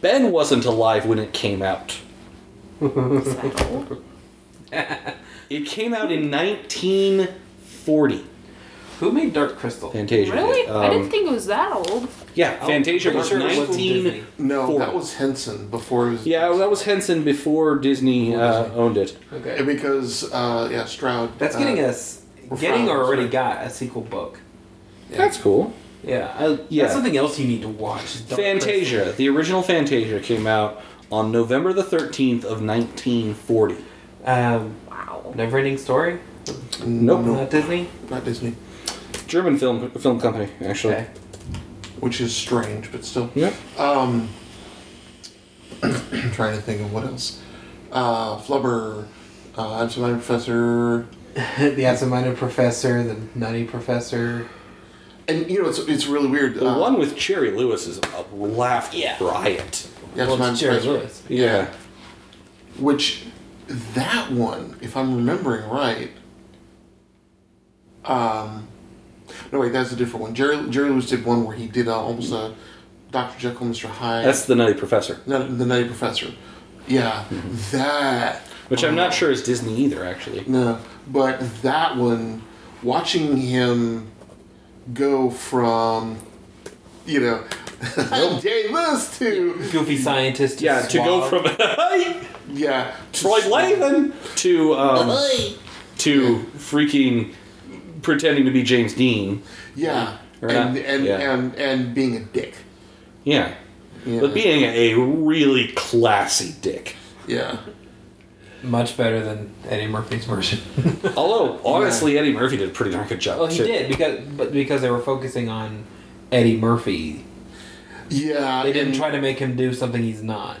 S1: Ben wasn't alive when it came out.
S4: Is that old?
S1: It came out in 1940.
S3: Who made Dark Crystal? Oh,
S1: Fantasia. did.
S4: Really? I
S1: Um,
S4: didn't think it was that old.
S1: Yeah, Fantasia
S3: I'm
S1: was
S3: pretty sure it wasn't
S1: 19.
S3: Disney.
S2: no,
S1: Four.
S2: that was Henson before it was.
S1: Yeah, well, that was Henson before Disney uh, owned it.
S2: And
S3: Okay.
S2: because, uh, yeah, Stroud.
S3: That's
S2: uh,
S3: getting us
S2: we're
S3: getting
S2: fine,
S3: or already
S2: sorry.
S3: got a sequel book.
S1: That's cool.
S3: Yeah, I,
S1: Uh, Yeah.
S3: That's something else you need to watch. is Dark Crystal.
S1: Fantasia, the original Fantasia, came out on November the 13th of 1940.
S3: Um,
S4: Wow.
S3: Neverending Story.
S1: Nope.
S3: Not Disney.
S2: Not Disney.
S1: German film film company, actually.
S3: Okay.
S2: Which is strange, but still.
S1: Yeah.
S2: Um, I'm trying to think of what else. Uh, Flubber, uh, I'm Somebody Professor,
S3: the Absent-Minded Professor, the Nutty Professor.
S2: and you know it's it's really weird.
S1: The
S2: uh,
S1: one with Cherry Lewis is a laugh riot.
S2: the Absent Minded Professor,
S1: Yeah.
S2: which that one, if I'm remembering right, um, no wait, that's a different one. Jerry Jerry Lewis did one where he did uh, almost a Doctor Jekyll, Mister Hyde.
S1: That's the Nutty Professor,
S2: No, the Nutty Professor. Yeah, that.
S1: Mm-hmm. which I'm not sure is Disney either, actually.
S2: No, but that one, watching him go from, you know, How dare those two?
S12: Goofy scientist.
S1: Yeah, to go
S12: suave.
S1: from
S2: Yeah.
S1: Freud Lavin to um, to freaking pretending to be James Dean.
S2: Yeah.
S1: Or
S2: and,
S1: not.
S2: and,
S1: Yeah.
S2: and and being a dick.
S1: Yeah.
S2: Yeah.
S1: But being a really classy dick.
S2: yeah.
S3: Much better than Eddie Murphy's version.
S1: Although, honestly, Eddie Murphy did a pretty darn good job.
S3: Oh, he
S1: too.
S3: did because but because they were focusing on Eddie Murphy,
S2: Yeah.
S3: they didn't
S2: and-
S3: try to make him do something he's not,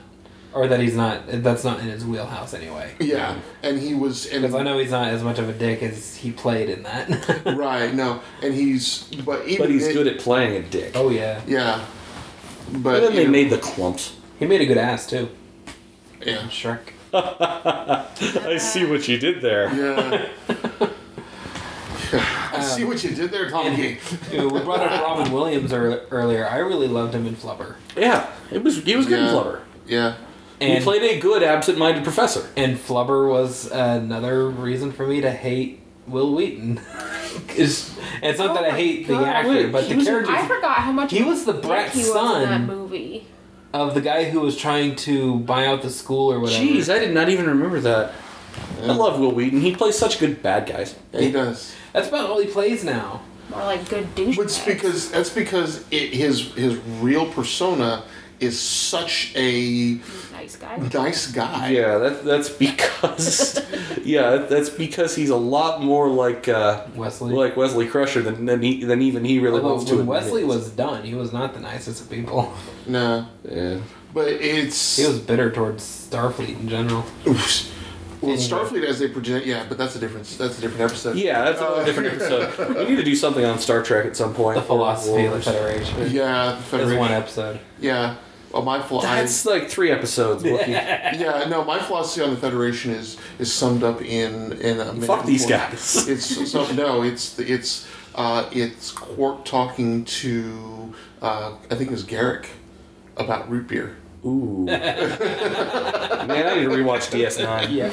S3: or that he's not. That's not in his wheelhouse anyway.
S2: Yeah, and he was and
S3: Because I know he's not as much of a dick as he played in that.
S2: right no, and he's but even
S1: But he's
S2: it-
S1: good at playing a dick.
S3: oh yeah,
S2: yeah,
S1: and
S2: but
S1: then they
S2: even-
S1: made the clumps.
S3: he made a good ass too.
S2: yeah
S3: Shrek.
S1: I see what you did there.
S2: yeah. I see what you did there, Donkey.
S3: You know, Um, we brought up Robin Williams ear earlier. I really loved him in Flubber.
S1: Yeah, it was he was good
S2: Yeah.
S1: in Flubber.
S2: Yeah,
S3: And,
S1: he played a good absent-minded professor.
S3: and Flubber was another reason for me to hate Will Wheaton. it's, it's not that
S4: Oh
S3: I
S4: my
S3: hate
S4: God,
S3: the actor,
S1: wait,
S3: but
S1: he
S3: the
S1: was-
S3: character
S4: I forgot how much
S3: he
S4: of a
S3: was the
S4: dick
S3: brat's
S4: he was in that
S3: son.
S4: movie.
S3: of the guy who was trying to buy out the school or whatever.
S1: Jeez, I did not even remember that. I love Will Wheaton. He plays such good bad guys.
S2: he does.
S3: That's about all he plays now.
S4: More like good douche.
S2: But it's because that's because it, his his real persona is such a
S4: nice guy.
S2: nice guy.
S1: Yeah, that, that's because yeah, that's because he's a lot more like uh,
S3: Wesley.
S1: like Wesley Crusher than than, he, than even he really
S3: Although
S1: wants to
S3: when
S1: admit.
S3: Wesley was done, he was not the nicest of people.
S2: No,
S1: yeah.
S2: but it's
S3: He was bitter towards Starfleet in general.
S2: Oops. Well, Starfleet as they project, yeah, but that's a different that's a different episode.
S1: Yeah, that's a different episode. We need to do something on Star Trek at some point.
S3: The philosophy of the
S1: Wars.
S3: Federation.
S2: yeah, the
S3: There's
S2: Federation.
S3: one episode.
S2: Yeah. Well, my flaw. I-
S1: That's like three episodes. Wookie.
S2: yeah, no, my philosophy on the Federation is is summed up in in a minute
S1: Fuck
S2: and
S1: these
S2: 40
S1: guys.
S2: It's so, no, it's it's uh, it's Quark talking to uh, I think it was Garrick about root beer.
S1: Ooh. Man, I need to rewatch DS9.
S3: Yeah.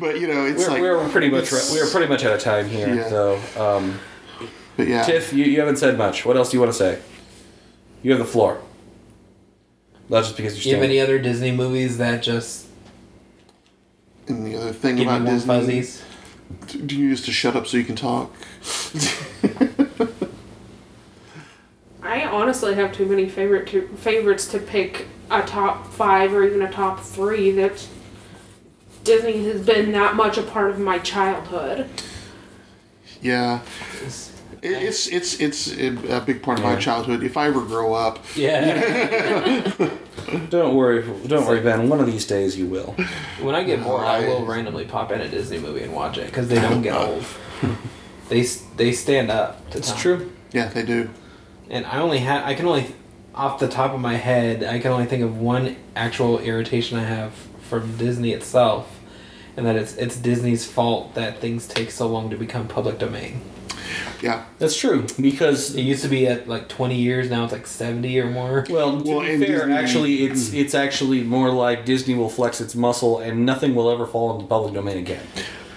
S2: But you know, it's
S1: We're,
S2: like
S1: we're pretty much
S2: it's-
S1: we're pretty much out of time here.
S2: Yeah.
S1: So, um,
S2: But yeah,
S1: Tiff, you, you haven't said much. What else do you want to say? You have the floor. Not just because
S3: Do you
S1: you're
S3: have
S1: standing.
S3: any other Disney movies that just
S2: and the other thing
S3: give you
S2: about
S3: warm
S2: Disney,
S3: fuzzies?
S2: do you used to shut up so you can talk?
S7: I honestly have too many favorite to, favorites to pick a top five or even a top three. That Disney has been that much a part of my childhood.
S2: Yeah, it, it's it's it's a a big part of my
S1: Yeah.
S2: childhood. If I ever grow up,
S3: Yeah.
S1: Don't worry, don't worry, Ben. One of these days you will.
S3: when I get bored, I will
S2: Right. Uh.
S3: randomly pop in a Disney movie and watch it because they don't get old. They s- they stand up. To time.
S2: yeah, they do.
S3: And I only have I can only off the top of my head I can only think of one actual irritation I have from Disney itself, and that it's it's Disney's fault that things take so long to become public domain.
S2: Yeah.
S1: That's true because
S3: It used to be at like twenty years, now it's like seventy or more.
S1: well, to
S2: Well,
S1: be
S2: and
S1: fair,
S2: Disney-
S1: actually, it's it's actually more like Disney will flex its muscle and nothing will ever fall into public domain again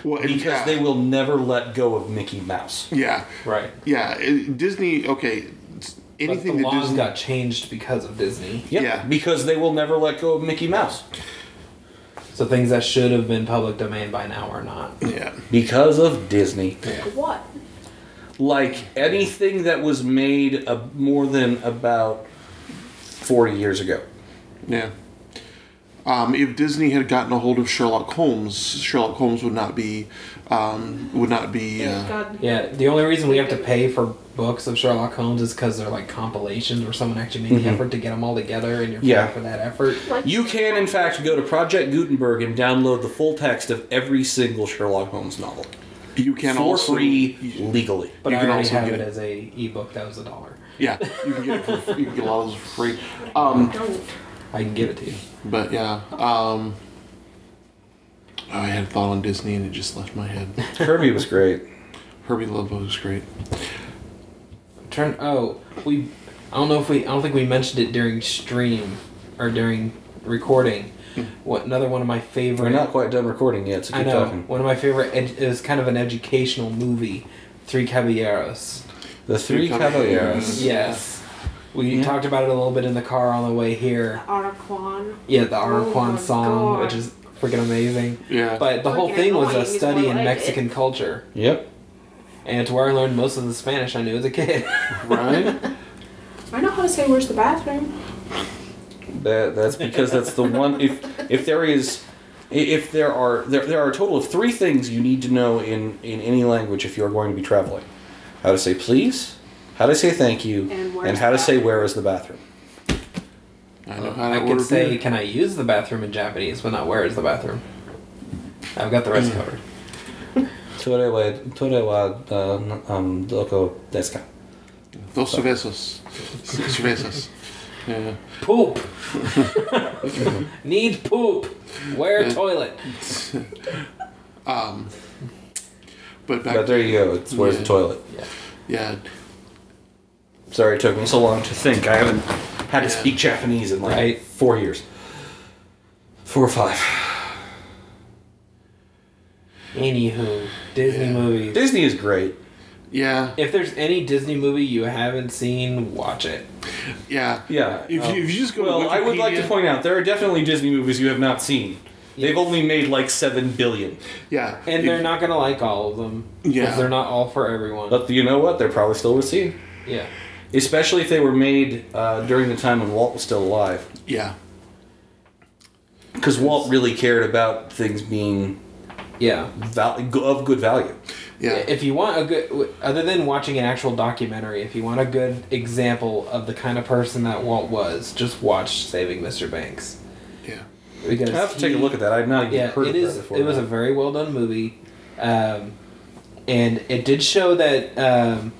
S2: Well, and
S1: because
S2: yeah.
S1: they will never let go of Mickey Mouse.
S2: Yeah,
S3: Right.
S2: yeah. it- Disney. Okay, it's
S3: But the
S2: anything that
S3: laws
S2: Disney.
S3: got changed because of Disney.
S1: Yep,
S2: Yeah.
S1: because they will never let go of Mickey Mouse
S3: So things that should have been public domain by now are not.
S2: Yeah,
S1: because of Disney.
S7: What?
S1: Like anything that was made a, more than about forty years ago.
S2: yeah. Um, if Disney had gotten a hold of Sherlock Holmes, Sherlock Holmes would not be, um, would not be. Uh,
S7: God.
S3: Yeah, the only reason we have to pay for books of Sherlock Holmes is because they're like compilations where someone actually made
S2: Mm-hmm.
S3: the effort to get them all together and you're paying
S1: Yeah.
S3: for that effort.
S7: Like,
S1: You can, in fact, go to Project Gutenberg and download the full text of every single Sherlock Holmes novel
S2: you can
S1: for
S2: also
S1: free
S2: you-
S1: legally.
S3: But
S2: You
S3: I
S2: can
S3: already
S2: also
S3: have
S2: get
S3: it
S2: it.
S3: as a ebook that was a dollar.
S2: Yeah, you can get it for, you can get a lot of those for free. Um,
S7: don't.
S3: I can give it to you.
S2: but yeah, um, I had a thought on Disney and it just left my head.
S1: Kirby was great.
S2: Herbie Lobo is great.
S3: Turn oh, we I don't know if we I don't think we mentioned it during stream or during recording.
S2: Hmm.
S3: What another one of my favorite
S1: We're not quite done recording yet, so
S3: I
S1: keep
S3: know.
S1: talking.
S3: One of my favorite ed- it was kind of an educational movie, Three Caballeros.
S1: The Three
S2: Three Caballeros.
S1: Caballeros.
S3: Yes. We
S1: Yeah.
S3: talked about it a little bit in the car on the way here.
S4: Arquan.
S3: Yeah, the
S4: Oh
S3: Arquan
S4: my
S3: song,
S4: God.
S3: which is freaking amazing.
S2: Yeah.
S3: But the whole
S4: Freaking
S3: thing was
S4: annoying
S3: a
S4: is
S3: study
S4: more
S3: in
S4: like it.
S3: Mexican culture,
S1: Yep.
S3: and it's where I learned most of the Spanish I knew as a kid.
S2: right?
S4: I know how to say where's the bathroom.
S1: That that's because that's the one. If if there is, i- if there are there, there are a total of three things you need to know in in any language if you are going to be traveling: how to say please, how to say thank you,
S4: And
S1: and,
S4: where's
S1: how to
S4: the
S1: say
S4: bathroom.
S1: where is the bathroom.
S2: I know Uh, how
S3: I
S2: to
S3: could
S2: order
S3: say,
S2: beer.
S3: "Can I use the bathroom in Japanese?" But not where is the bathroom. I've got the rest covered.
S1: Tore wa tore wa uh, um doko desu ka?
S2: Dos cervezas. Six cervezas. Yeah.
S3: Poop. Need poop. Where
S2: Yeah.
S3: toilet?
S2: Um, but back
S1: But there you go. It's where's the
S2: Yeah.
S1: toilet.
S2: Yeah.
S1: Sorry, it took me so long to think. I haven't had to
S2: Yeah.
S1: speak Japanese in like
S3: Right.
S1: four years, four or five.
S3: Anywho, Disney
S2: Yeah.
S3: movies.
S1: Disney is great.
S2: Yeah.
S3: If there's any Disney movie you haven't seen, watch it.
S2: Yeah.
S1: Yeah. um,
S2: If you- if you just go to
S1: Well, I would like to
S2: Wikipedia-
S1: point out there are definitely Disney movies you have not seen. They've
S3: Yes.
S1: only made like seven billion.
S2: Yeah.
S3: And
S2: If-
S3: they're not gonna like all of them.
S2: Yeah.
S3: they're not all for everyone.
S1: But you know what? They're probably still worth seeing,
S3: yeah.
S1: especially if they were made uh, during the time when Walt was still alive,
S2: Yeah.
S1: because Walt really cared about things being
S3: Yeah.
S1: val- of good value.
S2: Yeah.
S3: If you want a good, other than watching an actual documentary, if you want a good example of the kind of person that Walt was, just watch Saving Mr. Banks.
S2: Yeah.
S3: Because
S1: I have to
S3: he-
S1: take a look at that. I've not even
S3: Yeah,
S1: heard
S3: it
S1: of
S3: is.
S1: that before.
S3: It was a very well done movie, um, and it did show that um,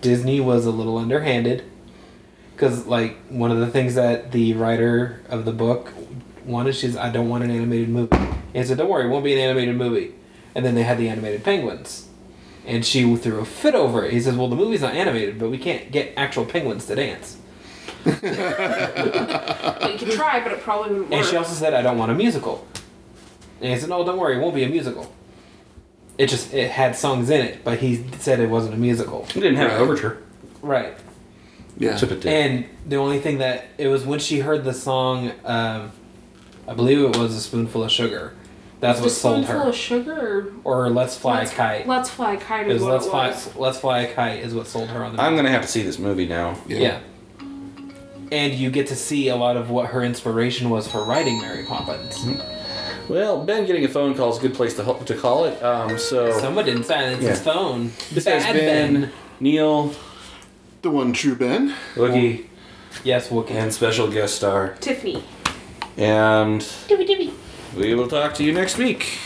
S3: Disney was a little underhanded, because like one of the things that the writer of the book wanted, she's I don't want an animated movie, and said, don't worry, it won't be an animated movie, and then they had the animated penguins. And she threw a fit over it. He says, "Well, the movie's not animated, but we can't get actual penguins to dance."
S4: Well, you could try, but it probably wouldn't work.
S3: And she also said, "I don't want a musical." And he said, "No, don't worry, it won't be a musical. It just it had songs in it, but he said it wasn't a musical."
S1: It didn't have
S2: Right.
S1: an overture.
S3: Right.
S2: Yeah.
S1: Except it did.
S3: And the only thing that it was when she heard the song, um, I believe it was a spoonful of sugar. That's what
S4: Just
S3: sold
S4: spoonful
S3: her.
S4: of sugar.
S3: Or let's fly
S4: let's,
S3: a kite.
S4: Let's fly a kite
S3: It
S4: is
S3: was
S4: what
S3: let's
S4: it
S3: fly.
S4: was.
S3: Let's fly a kite is what sold her on the.
S1: I'm gonna have to see this movie now.
S3: Yeah. And you get to see a lot of what her inspiration was for writing Mary Poppins.
S1: Well, Ben getting a phone call is a good place to help, to call it. Um, so
S3: Someone didn't silence his
S1: Yeah.
S3: phone.
S1: this has
S3: Bad
S1: been Neil,
S2: The one true Ben.
S1: Woogie,
S3: Yes, Wookiee.
S1: and special guest star,
S4: Tiffany.
S1: and
S13: Dibby dibby.
S1: we will talk to you next week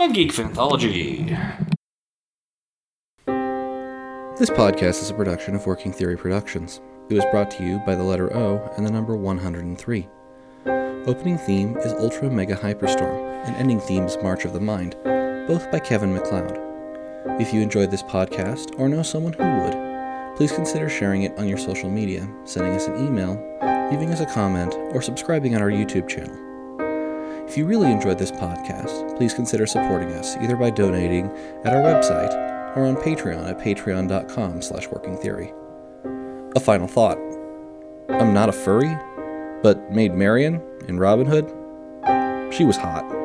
S1: on Geek Anthology.
S14: This podcast is a production of Working Theory Productions. It was brought to you by the letter O and the number 103. Opening theme is Ultra Mega Hyperstorm, and ending theme is March of the Mind, both by Kevin McLeod. If you enjoyed this podcast or know someone who would, please consider sharing it on your social media, sending us an email, leaving us a comment, or subscribing on our YouTube channel. If you really enjoyed this podcast, please consider supporting us either by donating at our website or on Patreon at patreon.com slash working theory. A final thought. I'm not a furry, but Maid Marian in Robin Hood, she was hot.